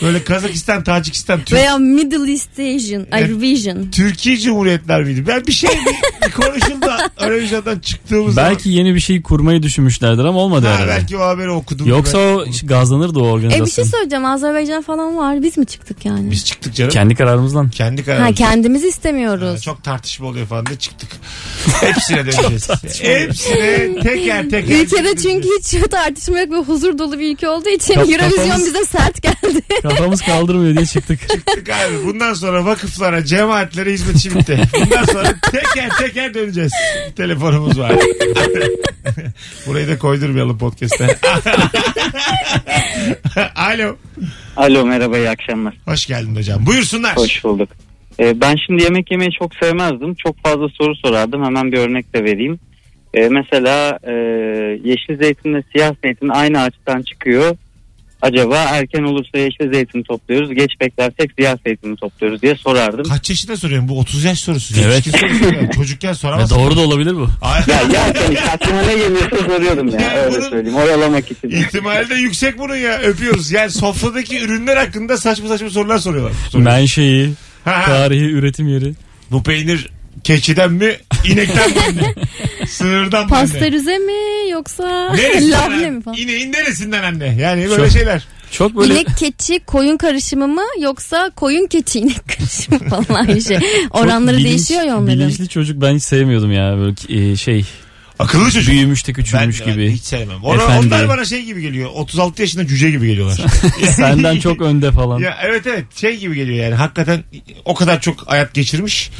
Speaker 2: Böyle Kazakistan, Tacikistan, Türk,
Speaker 4: Veya Middle East Asian, ay
Speaker 2: Evet.
Speaker 4: Vision.
Speaker 2: Türkiye Cumhuriyetler miydi? Ben bir şey bir, bir konuşuldu. Eurovision'dan çıktığımız
Speaker 3: Belki yeni bir şey kurmayı düşünmüşlerdir ama olmadı
Speaker 2: zaman. Ha,
Speaker 3: herhalde.
Speaker 2: belki o haberi okudum.
Speaker 3: Yoksa
Speaker 2: Ben-
Speaker 3: o gazlanırdı o
Speaker 4: E
Speaker 3: organizasyon.
Speaker 4: bir şey söyleyeceğim. Azerbaycan falan var. Biz mi çıktık yani?
Speaker 2: Biz çıktık canım.
Speaker 3: Kendi
Speaker 4: [LAUGHS]
Speaker 3: kararımızdan.
Speaker 2: Kendi
Speaker 4: ha
Speaker 2: kararımız.
Speaker 4: kendimiz
Speaker 2: Ha,
Speaker 4: istemiyoruz.
Speaker 2: Çok tartışma oluyor falan diye çıktık. Hepsine döneceğiz. Hepsine teker teker.
Speaker 4: Ülkede çünkü hiç [LAUGHS] tartışma yok ve huzur dolu bir ülke olduğu için
Speaker 3: Kaf-
Speaker 4: Eurovision
Speaker 3: kafamız-
Speaker 4: bize sert geldi.
Speaker 3: Kafamız kaldırmıyor
Speaker 2: [LAUGHS]
Speaker 3: diye çıktık.
Speaker 2: Çıktık abi. Bundan sonra vakıflara, cemaatlere hizmet işi bitti. Bundan sonra teker teker döneceğiz. Telefonumuz var. [LAUGHS] Burayı da koydurmayalım podcast'e. [LAUGHS] Alo.
Speaker 7: Alo merhaba iyi akşamlar.
Speaker 2: Hoş geldin hocam. Buyursunlar.
Speaker 7: Hoş bulduk. Ee, ben şimdi yemek yemeyi çok sevmezdim. Çok fazla soru sorardım. Hemen bir örnek de vereyim. Ee, mesela e, yeşil zeytinle siyah zeytin aynı ağaçtan çıkıyor. acaba erken olursa yeşil zeytin topluyoruz geç beklersek siyah zeytini topluyoruz diye sorardım.
Speaker 2: Kaç yaşında soruyorum bu 30 yaş sorusu.
Speaker 3: Evet.
Speaker 2: Yetişkin sorusu ya. Çocukken
Speaker 3: [LAUGHS] Ya
Speaker 2: soramazsın.
Speaker 3: E, doğru da olabilir bu.
Speaker 2: Ay,
Speaker 7: ya yerken işte aklıma ne geliyorsa soruyordum ya
Speaker 2: Yani
Speaker 7: öyle
Speaker 2: bunun-
Speaker 7: söyleyeyim oyalamak için.
Speaker 2: İhtimali de yüksek bunun ya. Öpüyoruz. Yani sofradaki ürünler hakkında saçma saçma sorular soruyorlar. Soruyor.
Speaker 3: Menşei,
Speaker 2: Ha, ha.
Speaker 3: tarihi, üretim yeri.
Speaker 2: Bu peynir keçiden mi, inekten
Speaker 7: [LAUGHS]
Speaker 2: mi? Sığırdan mı? anne?
Speaker 4: Pastörize mi yoksa [LAUGHS]
Speaker 2: Neresinden?
Speaker 4: labne mi falan?
Speaker 2: İneğin neresinden anne? Yani böyle
Speaker 3: Şu-
Speaker 2: şeyler.
Speaker 3: Çok böyle
Speaker 4: İnek keçi koyun karışımı mı yoksa koyun keçi inek [LAUGHS] karışımı falan bir şey.
Speaker 3: çok
Speaker 4: Oranları
Speaker 3: bilinç-
Speaker 4: değişiyor ya onların.
Speaker 3: Bilinçli çocuk ben hiç sevmiyordum ya. Böyle e, şey
Speaker 2: Akıllı çocuk.
Speaker 3: büyümüş de küçülmüş
Speaker 2: Ben- ben
Speaker 3: gibi.
Speaker 2: hiç sevmem. Ona-
Speaker 3: Efendi.
Speaker 2: onlar bana şey gibi geliyor. 36 yaşında cüce gibi geliyorlar.
Speaker 3: [LAUGHS] Senden çok önde falan.
Speaker 2: Ya evet evet şey gibi geliyor yani hakikaten o kadar çok hayat geçirmiş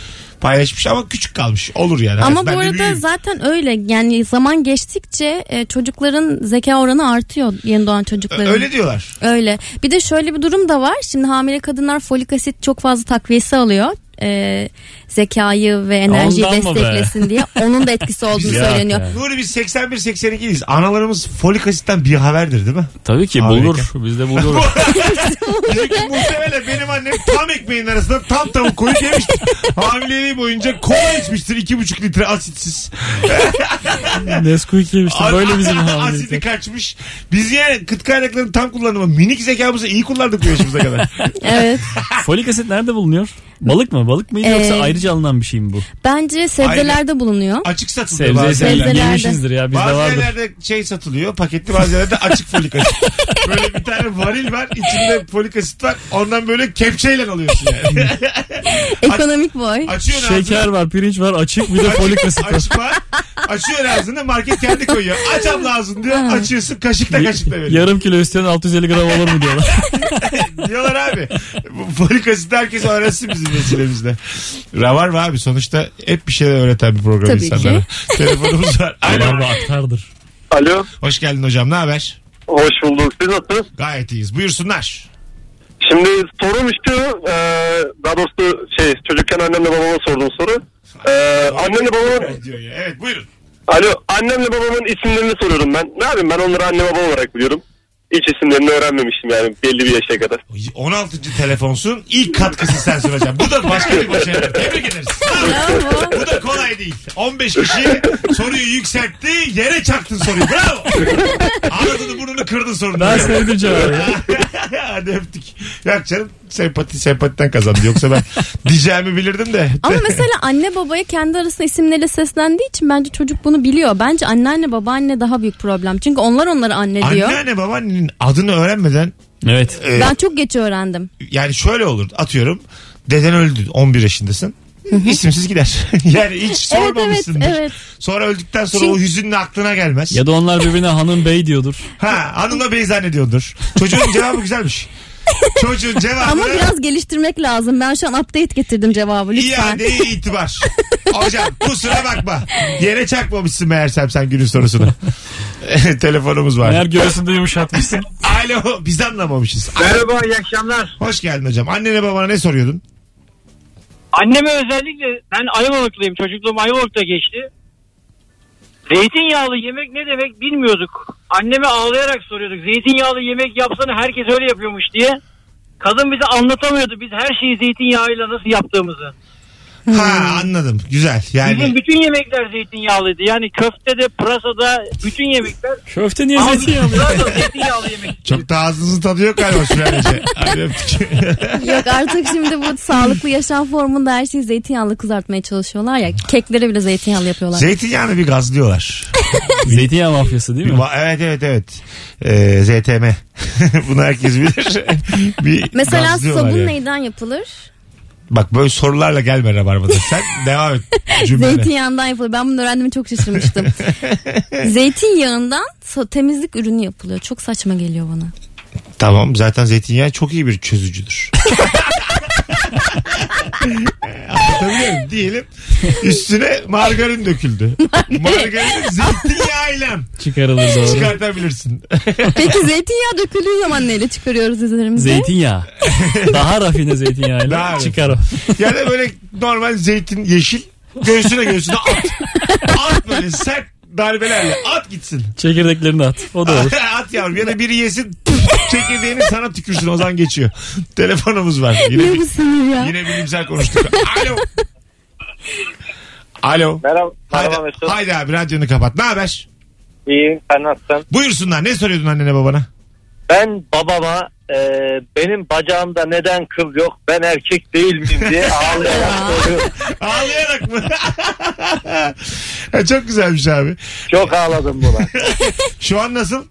Speaker 2: paylaşmış ama küçük kalmış olur yani.
Speaker 4: Ama bu
Speaker 2: Ben de
Speaker 4: arada
Speaker 2: büyüğüm.
Speaker 4: zaten öyle yani zaman geçtikçe e, çocukların zeka oranı artıyor yeni doğan çocukların.
Speaker 2: öyle diyorlar.
Speaker 4: Öyle. Bir de şöyle bir durum da var. Şimdi hamile kadınlar folik asit çok fazla takviyesi alıyor. Ee, zekayı ve enerjiyi
Speaker 3: Ondan mı be? [LAUGHS]
Speaker 4: desteklesin diye. Onun da etkisi olduğunu
Speaker 3: Ya.
Speaker 4: söyleniyor.
Speaker 2: Nuri biz 81-82'yiz. Analarımız folik asitten bir haberdir değil mi?
Speaker 3: Tabii ki
Speaker 2: Harika.
Speaker 3: bulur. Biz de buluruz.
Speaker 2: Çünkü
Speaker 4: [LAUGHS]
Speaker 2: muhtemelen benim annem tam ekmeğin arasında tam tavuk koyup yemiştir. Hamileliği boyunca kola içmiştir 2,5 litre asitsiz.
Speaker 3: [LAUGHS] Nesquik yemiştim.
Speaker 2: [LAUGHS]
Speaker 3: Böyle bizim
Speaker 2: Asidi
Speaker 3: hamilelik.
Speaker 2: kaçmış. Biz yani kıt kaynaklarını tam kullanımı minik zekamızı iyi kullandık bu yaşımıza
Speaker 3: [LAUGHS]
Speaker 2: kadar.
Speaker 4: Evet.
Speaker 3: Folik asit nerede bulunuyor? Balık mı? Balık mı? Yoksa
Speaker 4: Ee,
Speaker 3: ayrıca alınan bir şey mi bu?
Speaker 4: Bence sebzelerde bulunuyor.
Speaker 2: Açık satılıyor
Speaker 3: Sebze
Speaker 2: bazen.
Speaker 3: sebze
Speaker 4: Sebzelerde.
Speaker 3: yemişizdir ya bizde
Speaker 2: bazı
Speaker 3: vardır.
Speaker 2: yerlerde şey satılıyor paketli bazı yerlerde açık folik
Speaker 3: [LAUGHS]
Speaker 2: asit. böyle bir tane varil var içinde folik asit var ondan böyle kepçeyle alıyorsun yani.
Speaker 4: Ekonomik boy.
Speaker 2: Açıyorsun
Speaker 3: Şeker var, pirinç var, açık bir de folik asit
Speaker 2: ağzını.
Speaker 3: var.
Speaker 2: Açma. Açıyor ağzını market kendi koyuyor. Aç abla ağzını diyor. Açıyorsun kaşıkla kaşıkla böyle.
Speaker 3: Yarım kilo üstten 650 gram olur
Speaker 2: [LAUGHS]
Speaker 3: mu diyorlar.
Speaker 2: Diyorlar abi. Bu folik asit herkes öğrensin bizim nesilimizde. Ravar mı abi? Sonuçta hep bir şeyler öğreten bir program
Speaker 4: Tabii
Speaker 2: insanlara. Telefonumuz var. Alo.
Speaker 3: Galiba aktardır.
Speaker 8: Alo.
Speaker 2: Hoş geldin hocam. Ne haber?
Speaker 8: Hoş bulduk. Siz nasılsınız?
Speaker 2: Gayet iyiyiz. Buyursunlar.
Speaker 8: Şimdi sorum şu. E, daha doğrusu şey, çocukken annemle babama sorduğum soru. E, annemle babamın
Speaker 2: Diyor ya. Evet buyurun.
Speaker 8: Alo, annemle babamın isimlerini soruyorum ben. Ne yapayım ben onları anne baba olarak biliyorum. Hiç isimlerini öğrenmemiştim yani belli bir yaşa kadar.
Speaker 2: 16. telefonsun. İlk katkısı sensin hocam. Bu da başka bir başarı. Tebrik ederiz.
Speaker 4: Bravo.
Speaker 2: Bu da kolay değil. 15 kişi soruyu yükseltti. Yere çaktın soruyu. Bravo. Ağzını burnunu kırdın sorunu.
Speaker 3: Ben sevdim cevabı. ya.
Speaker 2: Hadi öptük. Yok canım sempati sempatiden kazandı. Yoksa
Speaker 4: [LAUGHS]
Speaker 2: ben diyeceğimi bilirdim de.
Speaker 4: Ama mesela anne babaya kendi arasında isimleriyle seslendiği için bence çocuk bunu biliyor. Bence anneanne babaanne daha büyük problem. Çünkü onlar onları anne diyor.
Speaker 2: Anneanne babaannenin adını öğrenmeden
Speaker 3: Evet.
Speaker 2: e,
Speaker 4: Ben çok geç öğrendim.
Speaker 2: yani şöyle olur atıyorum deden öldü 11 yaşındasın. İsimsiz gider. [LAUGHS] yani hiç
Speaker 4: Evet evet
Speaker 2: sormamışsındır.
Speaker 4: evet.
Speaker 2: Sonra öldükten sonra
Speaker 4: Çünkü-
Speaker 2: o hüzünle aklına gelmez.
Speaker 3: Ya da onlar birbirine hanım bey diyordur.
Speaker 2: Ha, hanımla bey zannediyordur. Çocuğun cevabı
Speaker 4: [LAUGHS]
Speaker 2: güzelmiş. Çocuğun cevabı
Speaker 3: [LAUGHS]
Speaker 4: Ama biraz geliştirmek lazım. Ben şu an update getirdim cevabı lütfen.
Speaker 2: iadeye itibar. Hocam kusura bakma. Yere çakmamışsın meğersem sen günün sorusunu. [LAUGHS] Telefonumuz var.
Speaker 3: Meğer
Speaker 2: [LAUGHS]
Speaker 3: göğsünde yumuşatmışsın.
Speaker 2: Alo biz anlamamışız.
Speaker 5: Merhaba iyi akşamlar.
Speaker 2: Hoş geldin hocam. Annene babana ne soruyordun?
Speaker 5: Anneme özellikle ben Ayvalıklıyım. Çocukluğum Ayvalık'ta geçti. Zeytinyağlı yemek ne demek bilmiyorduk. Anneme ağlayarak soruyorduk. Zeytinyağlı yemek yapsana herkes öyle yapıyormuş diye. Kadın bize anlatamıyordu biz her şeyi zeytinyağıyla nasıl yaptığımızı.
Speaker 2: Ha anladım. Güzel.
Speaker 5: Bizim
Speaker 2: Yani
Speaker 5: bütün yemekler zeytinyağlıydı. Yani köftede, pırasada bütün yemekler.
Speaker 3: Köfte niye
Speaker 5: Ama
Speaker 3: zeytin
Speaker 2: [LAUGHS]
Speaker 5: biz
Speaker 3: yağlı?
Speaker 5: pırasa zeytinyağlı yemek.
Speaker 2: çok da ağzınızın tadı yok galiba
Speaker 5: [LAUGHS]
Speaker 2: sürerece. Hadi öptük.
Speaker 4: Yok artık şimdi bu sağlıklı yaşam formunda her şeyi zeytinyağlı kızartmaya çalışıyorlar ya. Kekleri bile zeytinyağlı yapıyorlar.
Speaker 2: Zeytinyağını bir gazlıyorlar.
Speaker 3: Zeytinyağı mafyası değil
Speaker 2: Bir
Speaker 3: mi?
Speaker 2: va- evet evet evet. Ee, ZTM. [LAUGHS] Bunu herkes bilir. bir
Speaker 4: Mesela
Speaker 2: gazlıyorlar
Speaker 4: sabun
Speaker 2: yani.
Speaker 4: neyden yapılır?
Speaker 2: Bak böyle sorularla gelme rabarbada. Sen devam et cümlene.
Speaker 4: Zeytinyağından yapılır. Ben bunu öğrendiğime
Speaker 2: [LAUGHS]
Speaker 4: çok şaşırmıştım. Zeytinyağından sa- temizlik ürünü yapılıyor. Çok saçma geliyor bana.
Speaker 2: tamam zaten zeytinyağı çok iyi bir çözücüdür. Anlatabiliyor muyum? Diyelim üstüne margarin döküldü. Margarin zeytinyağıyla
Speaker 3: Çıkarılır doğru.
Speaker 2: çıkartabilirsin.
Speaker 4: Peki zeytinyağı döküldüğü zaman neyle çıkarıyoruz
Speaker 2: [LAUGHS]
Speaker 4: üzerimize?
Speaker 3: Zeytinyağı. Daha rafine
Speaker 2: Daha
Speaker 3: zeytinyağıyla çıkar o.
Speaker 2: Ya da böyle normal zeytin yeşil göğsüne göğsüne at. At böyle sert darbelerle at gitsin. [LAUGHS]
Speaker 3: Çekirdeklerini at. O da olur.
Speaker 2: at yavrum ya da biri yesin püf, Çekirdeğini sana tükürsün Ozan geçiyor. Telefonumuz var. Yine,
Speaker 4: Ne bu sınır ya?
Speaker 2: yine bilimsel konuştuk. Alo. Alo.
Speaker 5: Merhaba,
Speaker 2: Haydi, haydi abi radyonu kapat. Ne haber?
Speaker 5: İyiyim, sen nasılsın?
Speaker 2: Buyursunlar. Ne soruyordun annene babana? [LAUGHS]
Speaker 5: Ben babama e, benim bacağımda neden kıl yok, ben erkek değil miyim [LAUGHS] diye ağlayarak soruyorum.
Speaker 2: Ağlayarak mı? [LAUGHS] Çok güzelmiş abi.
Speaker 5: Çok ağladım buna.
Speaker 2: Şu an nasıl?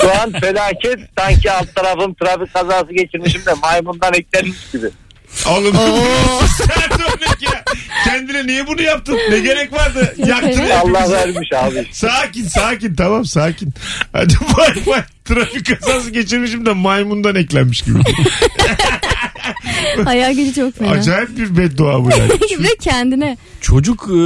Speaker 5: Şu an felaket sanki alt tarafım trafik kazası geçirmişim de maymundan eklenmiş gibi.
Speaker 2: Oğlum [LAUGHS] sert örnek ya. Kendine niye bunu yaptın? Ne gerek vardı? Yaktın
Speaker 5: Allah
Speaker 2: hepimizi.
Speaker 5: vermiş abi.
Speaker 2: Sakin sakin tamam sakin. Hadi bay bay. Trafik kazası geçirmişim de maymundan eklenmiş gibi.
Speaker 4: Hayal gücü çok fena.
Speaker 2: Acayip bir beddua bu yani.
Speaker 4: [LAUGHS] Ve kendine.
Speaker 3: Çocuk e,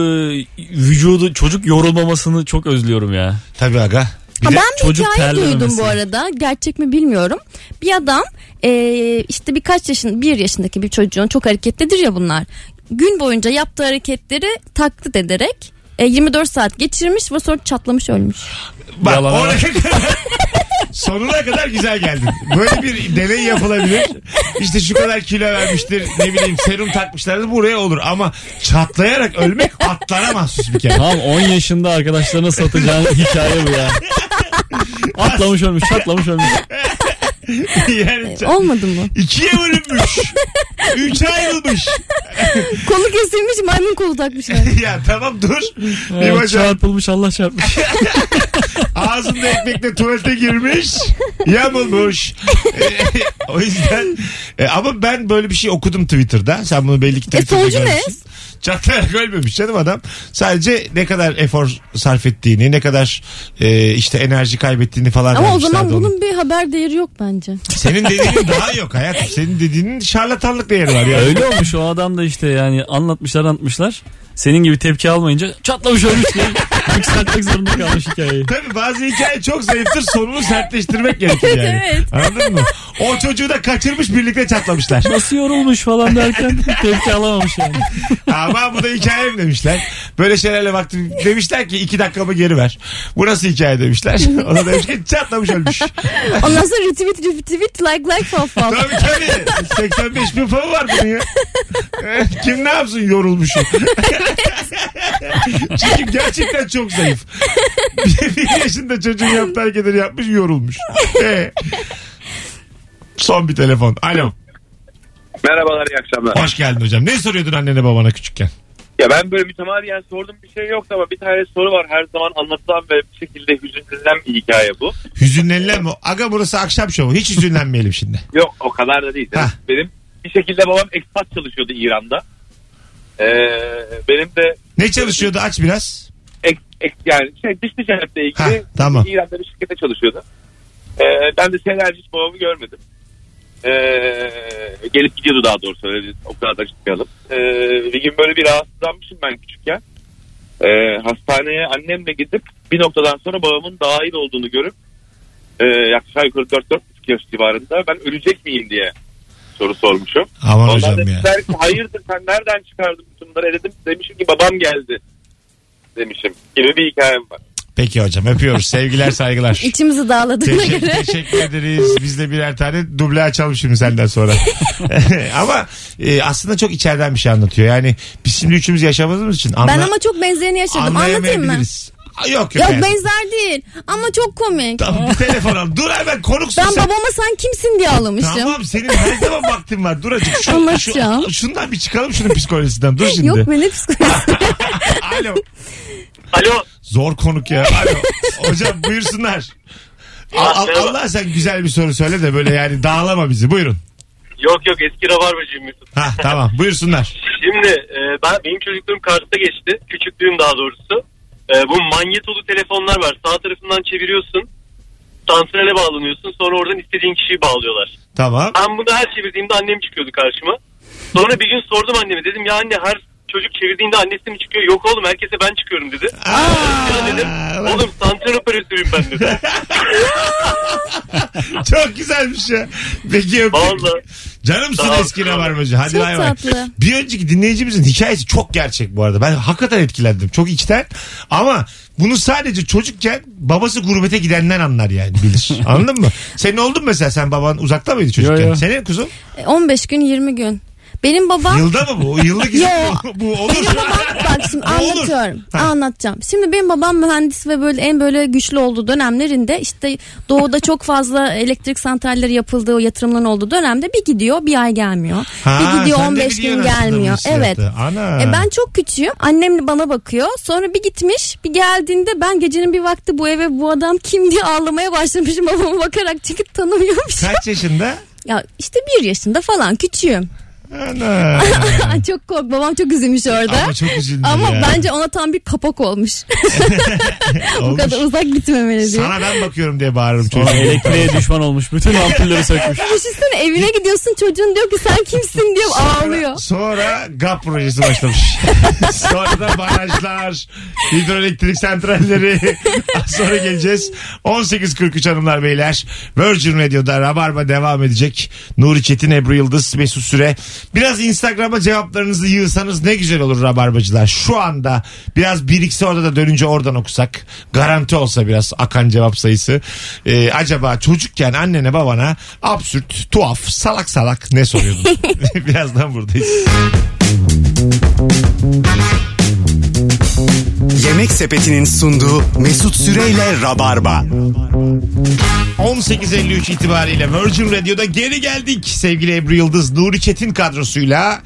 Speaker 3: vücudu çocuk yorulmamasını çok özlüyorum ya.
Speaker 2: Tabii aga. Bir
Speaker 4: Ha,
Speaker 2: de-
Speaker 4: ben bir
Speaker 3: çocuk
Speaker 4: hikaye duydum
Speaker 3: terlememesi.
Speaker 4: bu arada. Gerçek mi bilmiyorum. Bir adam eee, işte birkaç yaşın bir yaşındaki bir çocuğun çok hareketlidir ya bunlar. Gün boyunca yaptığı hareketleri taklit ederek e, 24 saat geçirmiş ve sonra çatlamış ölmüş.
Speaker 2: Bak,
Speaker 3: Yalan ama.
Speaker 2: oraya kadar- [LAUGHS] Sonuna kadar güzel geldin. Böyle bir deney yapılabilir. İşte şu kadar kilo vermiştir ne bileyim serum takmışlardır buraya olur. Ama çatlayarak ölmek atlara mahsus bir kere.
Speaker 3: Tam 10 yaşında arkadaşlarına satacağın [LAUGHS] hikaye bu ya. Atlamış ölmüş, çatlamış ölmüş.
Speaker 2: [LAUGHS] Yani ça- [LAUGHS]
Speaker 4: Olmadı mı?
Speaker 2: ikiye bölünmüş. Üçe ayrılmış. [LAUGHS]
Speaker 4: Kolu kesilmiş maymun kolu takmışlar.
Speaker 2: ya tamam dur. Bir
Speaker 3: Evet,
Speaker 2: bacağı
Speaker 3: çarpılmış Allah çarpmış.
Speaker 2: ağzında ekmekle tuvalete girmiş. Yamulmuş. [LAUGHS] E, o yüzden e, ama ben böyle bir şey okudum Twitter'da. Sen bunu belli ki
Speaker 4: E,
Speaker 2: Twitter'da
Speaker 4: sonucu ne?
Speaker 2: görmüşsün. Çatlayarak ölmemiş canım adam. Sadece ne kadar efor sarf ettiğini, ne kadar e, işte enerji kaybettiğini falan
Speaker 4: Ama o
Speaker 2: vermişlerdi
Speaker 4: zaman
Speaker 2: onun.
Speaker 4: bunun bir haber değeri yok bence.
Speaker 2: Senin dediğinin daha yok hayatım. Senin dediğinin şarlatanlık değeri var. Yani.
Speaker 3: Öyle olmuş o adam da işte yani anlatmışlar anlatmışlar. Senin gibi tepki almayınca çatlamış ölmüş diye yükseltmek zorunda kalmış hikayeyi.
Speaker 2: Tabii bazı hikaye çok zayıftır sonunu sertleştirmek gerekir yani.
Speaker 4: [LAUGHS] Evet.
Speaker 2: Anladın mı? O çocuğu da kaçırmış birlikte çatlamışlar.
Speaker 3: Nasıl yorulmuş falan derken tepki alamamış yani.
Speaker 2: Ama bu da hikaye mi demişler. Böyle şeylerle baktım. Demişler ki iki dakikamı geri ver. Bu nasıl hikaye demişler. [LAUGHS] O da demiş ki çatlamış ölmüş.
Speaker 4: Ondan sonra retweet retweet like like falan.
Speaker 2: tabii tabii. 85 bin falan var bunun ya. Kim ne yapsın yorulmuşum. [LAUGHS] Çünkü gerçekten çok zayıf. [LAUGHS] Bir, bir yaşında çocuğun yaptığı hareketleri yapmış yorulmuş. Ee, son bir telefon. Alo.
Speaker 5: Merhabalar, iyi akşamlar.
Speaker 2: Hoş geldin hocam. Ne soruyordun annene babana küçükken?
Speaker 5: Ya ben böyle mütemadiyen sordum bir şey yoktu ama bir tane soru var. Her zaman anlatılan ve bir şekilde hüzünlülen bir hikaye bu.
Speaker 2: Hüzünlenilen mi? Aga burası akşam şovu. Hiç hüzünlenmeyelim şimdi.
Speaker 5: Yok o kadar da değil.
Speaker 2: Hah.
Speaker 5: Benim bir şekilde babam ekspat çalışıyordu İran'da. Ee, benim de
Speaker 2: Ne çalışıyordu aç biraz.
Speaker 5: ek, ek, yani şey, dış ticaretle ilgili
Speaker 2: Hah, tamam.
Speaker 5: İran'da bir şirkette çalışıyordu. Ee, ben de senelerce hiç babamı görmedim. Ee, gelip gidiyordu daha doğrusu öyle biz o kadar da çıkmayalım. Ee, bir gün böyle bir rahatsızlanmışım ben küçükken. Ee, hastaneye annemle gidip bir noktadan sonra babamın dahil olduğunu görüp e, yaklaşık yukarı 4-4,5 yaş civarında ben ölecek miyim diye soru sormuşum.
Speaker 2: Aman
Speaker 5: Onlar
Speaker 2: hocam ya.
Speaker 5: demişler ki hayırdır sen nereden çıkardın bütün bunları? E dedim, demişim ki babam geldi demişim gibi bir hikayem var.
Speaker 2: Peki hocam öpüyoruz. Sevgiler
Speaker 4: [LAUGHS]
Speaker 2: saygılar.
Speaker 4: İçimizi dağladığına
Speaker 2: Teşekkür,
Speaker 4: göre.
Speaker 2: teşekkür ederiz. Biz de birer tane duble açalım şimdi senden sonra. [LAUGHS] Ama e, aslında çok içeriden bir şey anlatıyor. Yani biz şimdi üçümüz yaşamadığımız için anla,
Speaker 4: Ben ama çok benzerini yaşadım. Anlatayım mı?
Speaker 2: anlayamayabiliriz. Aa, Yok yok.
Speaker 4: Yok
Speaker 2: hayatım.
Speaker 4: benzer değil. Ama çok komik.
Speaker 2: Tamam, bir telefon al. Dur hemen konuksun
Speaker 4: Ben
Speaker 2: sen.
Speaker 4: babama sen kimsin diye ağlamıştım.
Speaker 2: Tamam senin her zaman vaktin var. Dur azıcık. Şu,
Speaker 4: Anlatacağım.
Speaker 2: şu, şundan bir çıkalım şunun psikolojisinden. Dur şimdi.
Speaker 4: Yok ben
Speaker 2: [LAUGHS]
Speaker 4: ne psikolojisi.
Speaker 2: Alo.
Speaker 5: Alo.
Speaker 2: Zor konuk
Speaker 3: [LAUGHS]
Speaker 2: ya. Alo. Hocam buyursunlar. Al- al- Allah sen güzel bir soru söyle de böyle yani dağlama bizi. Buyurun.
Speaker 5: Yok yok eski rabarbacıyım Mesut.
Speaker 2: Ha tamam buyursunlar.
Speaker 5: Şimdi e, ben benim çocukluğum Kars'ta geçti. Küçüklüğüm daha doğrusu. E, bu manyetolu telefonlar var. Sağ tarafından çeviriyorsun. Santrale bağlanıyorsun. Sonra oradan istediğin kişiyi bağlıyorlar.
Speaker 3: [LAUGHS]
Speaker 2: Tamam.
Speaker 5: Ben bunu her çevirdiğimde annem çıkıyordu karşıma. Sonra bir gün sordum anneme. Dedim ya anne her çocuk çevirdiğinde annesi mi çıkıyor? Yok oğlum herkese ben çıkıyorum dedi. Ya dedim.
Speaker 2: Aa,
Speaker 5: Oğlum santral operatörüyüm ben
Speaker 2: [LAUGHS]
Speaker 5: dedi.
Speaker 2: çok güzelmiş ya. Peki öptük.
Speaker 5: Vallahi.
Speaker 2: Canımsın
Speaker 5: Sağ ol.
Speaker 2: eski rabarbacı. Hadi
Speaker 4: Çok
Speaker 2: bay bay.
Speaker 4: tatlı.
Speaker 2: Bir önceki dinleyicimizin hikayesi çok gerçek bu arada. Ben hakikaten etkilendim. Çok içten. Ama bunu sadece çocukken babası gurbete gidenden anlar yani
Speaker 3: [LAUGHS]
Speaker 2: bilir. Anladın mı? Senin oldun mu mesela sen baban uzakta mıydı çocukken?
Speaker 3: Yo, yo.
Speaker 2: Senin kuzum?
Speaker 4: E, 15 gün 20 gün. Benim babam
Speaker 2: Yılda mı bu? Yıllık izin [LAUGHS]
Speaker 4: Yo.
Speaker 2: bu- bu olur.
Speaker 4: Benim babam bak şimdi
Speaker 2: Ne olur?
Speaker 4: anlatıyorum.
Speaker 2: Ha.
Speaker 4: Anlatacağım. Şimdi benim babam mühendis ve böyle en böyle güçlü olduğu dönemlerinde işte doğuda çok fazla elektrik santralleri yapıldığı yatırımların olduğu dönemde bir gidiyor bir ay gelmiyor.
Speaker 2: Ha,
Speaker 4: bir gidiyor
Speaker 2: sen de
Speaker 4: 15 gün
Speaker 2: biliyorsun aslında bu
Speaker 4: gelmiyor.
Speaker 2: hissiyatı.
Speaker 4: Evet.
Speaker 2: Ana.
Speaker 4: E ben çok küçüğüm. Annem bana bakıyor. Sonra bir gitmiş. Bir geldiğinde ben gecenin bir vakti bu eve bu adam kim diye ağlamaya başlamışım [LAUGHS] babama bakarak çünkü tanımıyormuşum.
Speaker 2: Kaç yaşında?
Speaker 4: Ya işte bir yaşında
Speaker 2: [LAUGHS]
Speaker 4: falan küçüğüm. [LAUGHS]
Speaker 2: Ana.
Speaker 4: çok kork babam çok üzülmüş orada.
Speaker 2: Ama çok üzüldüm
Speaker 4: Ama
Speaker 2: ya.
Speaker 4: bence ona tam bir kapak olmuş. Bu
Speaker 2: Olmuş.
Speaker 4: kadar uzak gitmemeli diye.
Speaker 2: Sana ben bakıyorum diye bağırırım
Speaker 3: Sonra
Speaker 2: çocuğa.
Speaker 3: elektriğe düşman olmuş. Bütün ampulleri sökmüş.
Speaker 4: Düşünsene evine gidiyorsun çocuğun diyor ki sen kimsin diyor ağlıyor.
Speaker 2: Sonra GAP projesi
Speaker 4: [LAUGHS]
Speaker 2: başlamış. [LAUGHS] sonra da barajlar, hidroelektrik santralleri. [LAUGHS] Az sonra geleceğiz. 18.43 hanımlar beyler. Virgin Radio'da Rabarba devam edecek. Nuri Çetin, Ebru Yıldız, Mesut Süre. Biraz Instagram'a cevaplarınızı yığsanız ne güzel olur Rabarbacılar. Şu anda biraz birikse orada da dönünce oradan okusak. Garanti olsa biraz akan cevap sayısı. Ee, acaba çocukken annene babana absürt, tuhaf, salak salak ne soruyordun? [LAUGHS] Birazdan buradayız.
Speaker 1: Yemek Sepeti'nin sunduğu Mesut Süreyle Rabarba.
Speaker 2: 18.53 itibariyle Virgin Radio'da geri geldik. Sevgili Ebru Yıldız, Nuri Çetin kadrosuyla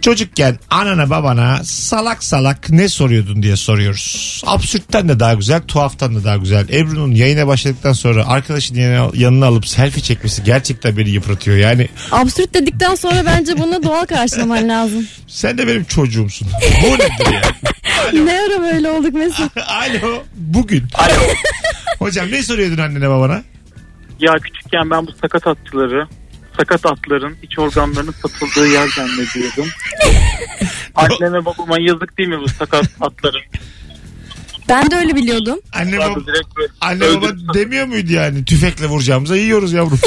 Speaker 2: çocukken anana babana salak salak ne soruyordun diye soruyoruz. Absürtten de daha güzel, tuhaftan da daha güzel. Ebru'nun yayına başladıktan sonra arkadaşının yanına, yanına alıp selfie çekmesi gerçekten beni yıpratıyor. Yani
Speaker 4: Absürt dedikten sonra bence bunu doğal karşılaman lazım.
Speaker 2: sen de benim çocuğumsun. Bu nedir ya? [LAUGHS]
Speaker 4: ne ara böyle olduk Mesut?
Speaker 2: Alo, bugün.
Speaker 5: Alo.
Speaker 2: Hocam ne soruyordun annene babana?
Speaker 9: Ya küçükken ben bu sakat atçıları, sakat atların iç organlarının satıldığı yer zannediyordum. Anneme babama yazık değil mi bu sakat atların?
Speaker 4: Ben de öyle biliyordum.
Speaker 2: Anne,
Speaker 9: Bunlar
Speaker 2: bab-
Speaker 9: da direkt böyle
Speaker 2: anne
Speaker 9: öldü.
Speaker 2: baba demiyor muydu yani tüfekle vuracağımıza yiyoruz yavrum.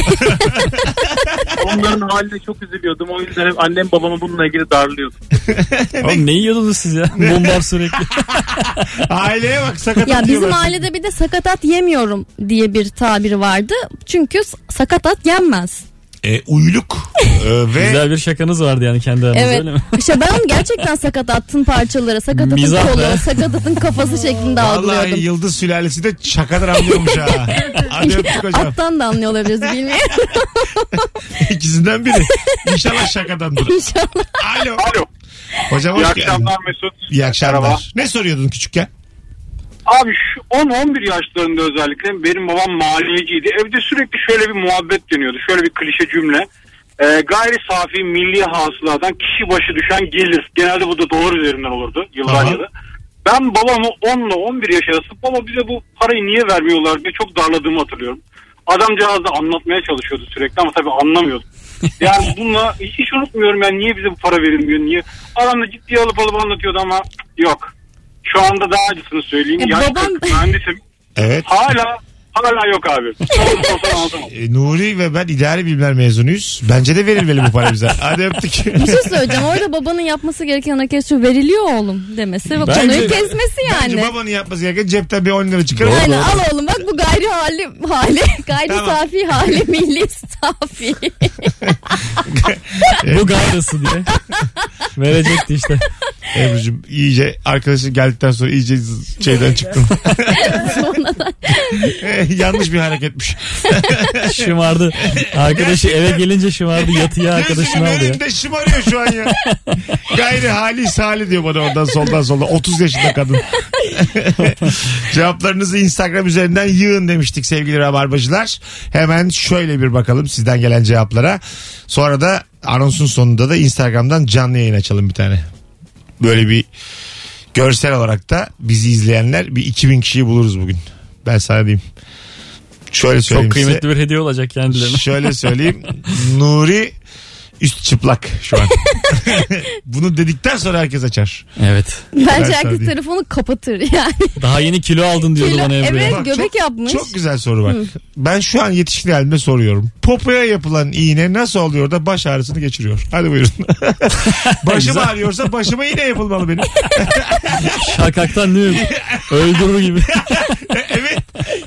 Speaker 9: Onların haline çok üzülüyordum. O yüzden hep annem babamı bununla ilgili darlıyordum.
Speaker 3: Oğlum ne yiyordunuz siz ya? Bomba sürekli.
Speaker 2: Aileye bak sakat
Speaker 4: Ya bizim
Speaker 2: atıyorlar.
Speaker 4: ailede bir de sakatat yemiyorum diye bir tabiri vardı. Çünkü s- sakatat yenmez.
Speaker 2: E, uyluk e, ve
Speaker 3: Güzel bir şakanız vardı yani kendi aranızda
Speaker 4: Evet.
Speaker 3: öyle mi?
Speaker 4: [LAUGHS] İşte ben onu gerçekten sakatatın parçaları, sakatatın
Speaker 3: Mizah be.
Speaker 4: kolu, sakatatın kafası şeklinde
Speaker 2: vallahi
Speaker 4: algılıyordum.
Speaker 2: Yıldız sülalesi de şakadan anlıyormuş
Speaker 4: [LAUGHS]
Speaker 2: ha. Hadi öptük hocam.
Speaker 4: Attan da anlıyor olabiliriz bilmiyorum
Speaker 2: İkisinden biri. İnşallah şakadandır.
Speaker 4: inşallah.
Speaker 2: Alo.
Speaker 8: Alo.
Speaker 2: Hocam
Speaker 8: İyi
Speaker 2: hoş geldin.
Speaker 8: akşamlar Mesut.
Speaker 2: İyi akşamlar.
Speaker 8: Merhaba.
Speaker 2: Ne soruyordun küçükken?
Speaker 8: Abi şu 10-11 yaşlarında özellikle benim babam maliyeciydi. Evde sürekli şöyle bir muhabbet dönüyordu. Şöyle bir klişe cümle. Ee, gayri safi milli hasıladan kişi başı düşen gelir. Genelde bu da dolar üzerinden olurdu yıllar
Speaker 2: Aha.
Speaker 8: yılı. Ben babamı 10 ile 11 yaş arası baba bize bu parayı niye vermiyorlar diye çok darladığımı hatırlıyorum. Adamcağız da anlatmaya çalışıyordu sürekli ama tabii anlamıyordu. Yani bununla hiç unutmuyorum yani niye bize bu para verilmiyor niye. Adam da ciddiye alıp alıp anlatıyordu ama yok. Şu anda daha acısını söyleyeyim.
Speaker 4: E,
Speaker 8: Yani
Speaker 4: babam-
Speaker 8: mühendisim.
Speaker 2: Evet.
Speaker 8: Hala hala yok abi. Sorsan alsam.
Speaker 2: E, Nuri ve ben idari bilimler mezunuyuz. Bence de verilmeli bu para bize. Hadi
Speaker 4: [LAUGHS]
Speaker 2: öptük.
Speaker 4: Bir şey söyleyeceğim. Orada babanın yapması gereken hareket şu veriliyor oğlum demesi. Bak
Speaker 3: Bence-
Speaker 4: konuyu kesmesi
Speaker 2: Bence
Speaker 4: yani.
Speaker 2: babanın yapması gereken cepten bir 10 lira çıkarır.
Speaker 4: Aynen al oğlum bak bu gayri hali, hali [LAUGHS] gayri
Speaker 2: Tamam.
Speaker 4: safi
Speaker 2: [LAUGHS]
Speaker 4: hali milli safi.
Speaker 3: Bu gayrısı
Speaker 2: [LAUGHS]
Speaker 3: diye. Verecekti işte.
Speaker 2: Ebru'cum iyice arkadaşın geldikten sonra iyice şeyden
Speaker 4: [LAUGHS]
Speaker 2: çıktım. [LAUGHS] Yanlış bir hareketmiş.
Speaker 3: Şımardı. Arkadaşı eve gelince şımardı. Yatıya arkadaşını
Speaker 2: Gözümün
Speaker 3: aldı ya.
Speaker 2: önünde şımarıyor şu an ya. Gayri hali sali diyor bana ondan soldan soldan. 30 yaşında kadın. Cevaplarınızı Instagram üzerinden yığın demiştik sevgili rabarbacılar. Hemen şöyle bir bakalım sizden gelen cevaplara. Sonra da anonsun sonunda da Instagram'dan canlı yayın açalım bir tane. Böyle bir görsel olarak da bizi izleyenler bir 2000 kişiyi buluruz bugün. Ben sana diyeyim. Şöyle söyleyeyim
Speaker 3: Çok
Speaker 2: size.
Speaker 3: kıymetli bir hediye olacak kendilerine.
Speaker 2: Şöyle söyleyeyim. Nuri Üst çıplak şu an. Bunu dedikten sonra herkes açar.
Speaker 3: Evet.
Speaker 2: Ben
Speaker 4: Bence herkes
Speaker 2: sardayım.
Speaker 4: telefonu kapatır yani.
Speaker 3: Daha yeni kilo aldın diyordu
Speaker 4: Kilo-
Speaker 3: bana Ebru.
Speaker 4: evet
Speaker 3: ya.
Speaker 2: Bak,
Speaker 4: göbek yapmış.
Speaker 2: Çok güzel soru bak. Ben şu an yetişkin halimde soruyorum. Popoya yapılan iğne nasıl oluyor da baş ağrısını geçiriyor? Hadi buyurun. başım
Speaker 3: Güzel.
Speaker 2: ağrıyorsa başıma iğne yapılmalı benim.
Speaker 3: Şakaktan
Speaker 2: [LAUGHS]
Speaker 3: değil mi? Öldürür gibi.
Speaker 2: E, evet.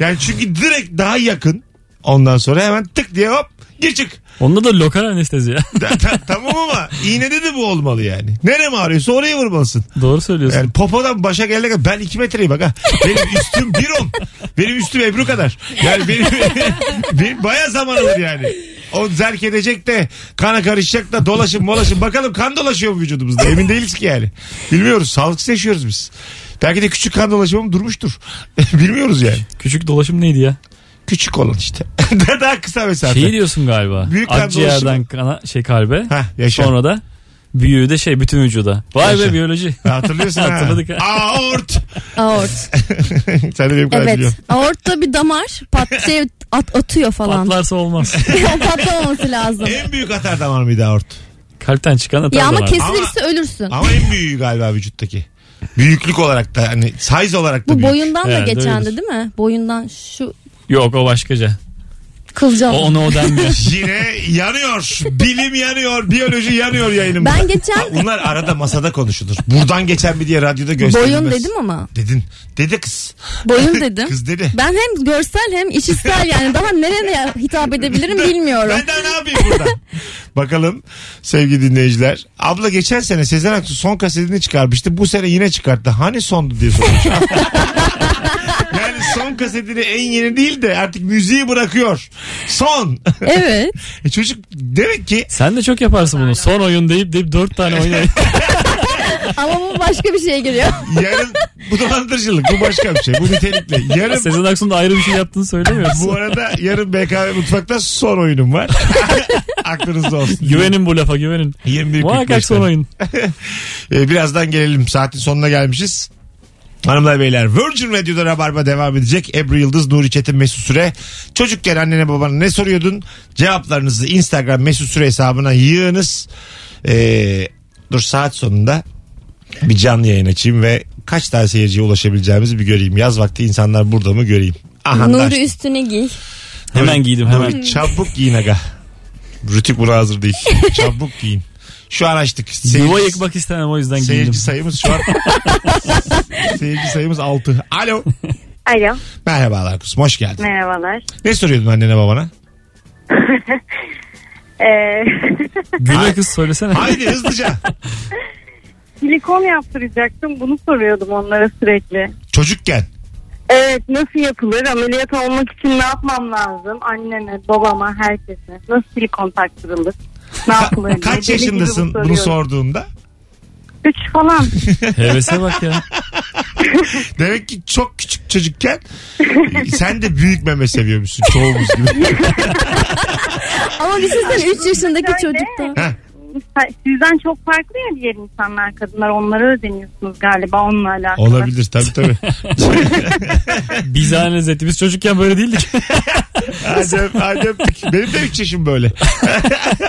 Speaker 2: Yani çünkü direkt daha yakın. Ondan sonra hemen tık diye hop gir çık.
Speaker 3: Onda da lokal anestezi ya.
Speaker 2: Ta- ta- tamam ama iğnede de bu olmalı yani. Nerem ağrıyorsa oraya vurmalısın.
Speaker 3: [LAUGHS] Doğru söylüyorsun.
Speaker 2: Yani popodan başa gelene kadar ben 2 metreyim bak ha. Benim üstüm bir on. Benim üstüm Ebru kadar. Yani benim, [LAUGHS] benim baya zaman alır yani. O zerk edecek de kana karışacak da dolaşın molaşın. Bakalım kan dolaşıyor mu vücudumuzda? Emin değiliz ki yani. Bilmiyoruz. Sağlıksız yaşıyoruz biz. Belki de küçük kan dolaşımım durmuştur. [LAUGHS] Bilmiyoruz yani.
Speaker 3: Küçük dolaşım neydi ya?
Speaker 2: Küçük olan işte. [LAUGHS] Daha kısa mesafe.
Speaker 3: Şeyi diyorsun galiba.
Speaker 2: Büyük kalp
Speaker 3: Akciğerden
Speaker 2: dolaşımı.
Speaker 3: kana şey kalbe.
Speaker 2: Hah, yaşa.
Speaker 3: Sonra da büyüğü de şey bütün vücuda. Vay
Speaker 2: Yaşa.
Speaker 3: be biyoloji.
Speaker 2: Hatırlıyorsun ha.
Speaker 3: Hatırladık ha.
Speaker 2: Aort. [LAUGHS]
Speaker 4: Aort.
Speaker 2: Sen de benim kadar
Speaker 4: Evet.
Speaker 2: biliyorsun.
Speaker 4: Aortta bir damar pat şey at, atıyor falan.
Speaker 3: Patlarsa
Speaker 4: [LAUGHS]
Speaker 3: olmaz.
Speaker 4: o patlamaması lazım.
Speaker 2: En büyük atar damar mıydı aort?
Speaker 3: Kalpten çıkan atar
Speaker 4: ya ama
Speaker 3: damar.
Speaker 4: kesilirse ölürsün.
Speaker 2: Ama en büyüğü galiba vücuttaki. Büyüklük olarak da hani size olarak da
Speaker 4: Bu
Speaker 2: büyük.
Speaker 4: boyundan da
Speaker 3: Herhalde
Speaker 4: geçen de
Speaker 3: öyledir.
Speaker 4: değil mi? Boyundan şu
Speaker 3: Yok o başkaca.
Speaker 4: kılcal.
Speaker 3: O ona o
Speaker 4: [LAUGHS]
Speaker 3: denmiyor.
Speaker 2: Yine yanıyor. Bilim yanıyor. Biyoloji yanıyor yayınımda. [LAUGHS]
Speaker 4: Ben geçen
Speaker 2: Bunlar arada masada konuşulur. Buradan geçen bir diye radyoda gösterilmez.
Speaker 4: boyun dedim ama.
Speaker 2: Dedin. Dedi kız.
Speaker 4: Boyun
Speaker 2: [LAUGHS]
Speaker 4: dedim.
Speaker 2: Kız dedi.
Speaker 4: Ben hem görsel hem içsel yani daha nereye hitap edebilirim bilmiyorum.
Speaker 2: Ben daha ne yapayım burada? [LAUGHS] Bakalım sevgili dinleyiciler. Abla geçen sene Sezen Aksu son kasetini çıkarmıştı. Bu sene yine çıkarttı. Hani sondu diye sormuş. [LAUGHS] yani son kasetini en yeni değil de artık müziği bırakıyor. Son. [LAUGHS]
Speaker 4: Evet.
Speaker 2: E çocuk demek ki
Speaker 3: Sen de çok yaparsın bunu. Son oyun deyip deyip dört
Speaker 2: [LAUGHS]
Speaker 3: tane oyun
Speaker 4: Ama bu başka bir şey şeye giriyor.
Speaker 2: yarın [LAUGHS] bu dolandırıcılık bu başka bir şey. Bu nitelikle. Yarın
Speaker 3: Sezen Aksu'nun da ayrı bir şey yaptığını söylemiyorsun.
Speaker 2: bu arada yarın BKM mutfakta son oyunum var. [LAUGHS] Aklınızda olsun.
Speaker 3: güvenin bu lafa güvenin.
Speaker 2: 21
Speaker 3: Muhakkak son oyun.
Speaker 2: Ee, birazdan gelelim. Saatin sonuna gelmişiz. Hanımlar beyler Virgin Radio'da Rabarba devam edecek. Ebru Yıldız, Nuri Çetin, Mesut Süre. Çocukken annene babana ne soruyordun? Cevaplarınızı Instagram Mesut Süre hesabına yığınız. Ee, dur saat sonunda bir canlı yayın açayım ve kaç tane seyirciye ulaşabileceğimizi bir göreyim. Yaz vakti insanlar burada mı göreyim. Aha, da-
Speaker 4: Nuri üstüne giy.
Speaker 3: Hemen giydim
Speaker 2: Nuri,
Speaker 3: hemen.
Speaker 2: çabuk giyin aga. Rütük buna hazır değil. çabuk giyin. Şu an açtık.
Speaker 3: Yuva
Speaker 2: Seyirci-
Speaker 3: yıkmak istemem o yüzden giydim.
Speaker 2: Seyirci sayımız şu an [LAUGHS] seyirci sayımız 6. Alo.
Speaker 6: Alo
Speaker 2: Merhabalar kuzum hoş geldin.
Speaker 6: merhabalar.
Speaker 2: Ne soruyordun annene babana?
Speaker 6: Ee, [LAUGHS]
Speaker 3: Gülme kız söylesene.
Speaker 2: Haydi hızlıca.
Speaker 6: silikon yaptıracaktım bunu soruyordum onlara sürekli. [LAUGHS]
Speaker 2: Çocukken.
Speaker 6: Evet nasıl yapılır ameliyat olmak için ne yapmam lazım annene babama herkese nasıl silikon taktırılır ne yapılır diye
Speaker 2: Kaç
Speaker 6: deli gibi
Speaker 2: yaşındasın bunu
Speaker 6: soruyorum.
Speaker 2: sorduğunda?
Speaker 6: Üç falan
Speaker 3: Hevese bak ya.
Speaker 2: Demek ki çok küçük
Speaker 6: [LAUGHS]
Speaker 2: çocukken sen de büyük meme seviyormuşsun çoğumuz
Speaker 6: [LAUGHS]
Speaker 2: gibi.
Speaker 4: Ama düşünsene 3 yaşındaki
Speaker 6: Şöyle.
Speaker 4: çocukta.
Speaker 2: Ha,
Speaker 6: sizden çok farklı ya diğer insanlar kadınlar onlara özeniyorsunuz galiba onunla alakalı.
Speaker 2: olabilir tabii tabii.
Speaker 3: Biz analiz etti. Biz çocukken böyle
Speaker 2: [LAUGHS]
Speaker 3: değildik.
Speaker 2: Hadi, öp- hadi öptük. Benim de 3 yaşım böyle.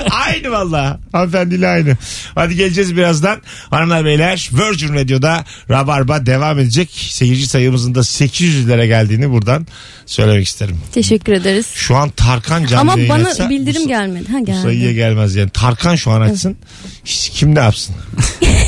Speaker 2: [LAUGHS] aynı valla. Hanımefendiyle aynı. Hadi geleceğiz birazdan. Hanımlar beyler Virgin Radio'da Rabarba devam edecek. Seyirci sayımızın da 800'lere geldiğini buradan söylemek isterim.
Speaker 4: Teşekkür ederiz.
Speaker 2: Şu an Tarkan canlı
Speaker 4: Ama
Speaker 2: yayın
Speaker 4: bana
Speaker 2: açsa
Speaker 4: bildirim
Speaker 2: bu,
Speaker 4: gelmedi. Ha
Speaker 2: bu sayıya
Speaker 4: geldi.
Speaker 2: gelmez yani. Tarkan şu an açsın. Hiç kim ne
Speaker 4: [LAUGHS]
Speaker 2: yapsın?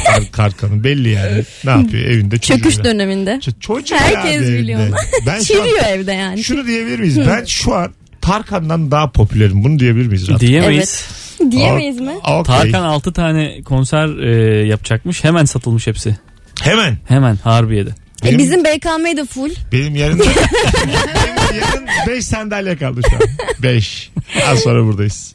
Speaker 2: Tar- Tarkan'ın belli yani. Ne yapıyor evinde?
Speaker 4: Çöküş
Speaker 2: çocuğuyla.
Speaker 4: döneminde.
Speaker 2: Ç- Çocuğu
Speaker 4: Herkes
Speaker 2: abi
Speaker 4: biliyor
Speaker 2: evinde.
Speaker 4: onu. [LAUGHS]
Speaker 2: Ben şu an
Speaker 4: Çiriyor evde yani.
Speaker 2: şunu diyebilir miyiz? Ben
Speaker 4: [LAUGHS]
Speaker 2: şu an Tarkan'dan daha popülerim. Bunu diyebilir miyiz? rahat?
Speaker 3: Diyemeyiz.
Speaker 4: Diyemeyiz mi?
Speaker 2: Okey.
Speaker 3: Tarkan 6 tane konser e, yapacakmış. Hemen satılmış hepsi.
Speaker 2: Hemen.
Speaker 3: Hemen Harbiye'de.
Speaker 4: E,
Speaker 2: Benim-
Speaker 4: bizim BKM de full.
Speaker 2: Benim
Speaker 4: [LAUGHS]
Speaker 2: yarın benim yarın 5 sandalye kaldı şu an. 5. Az sonra buradayız.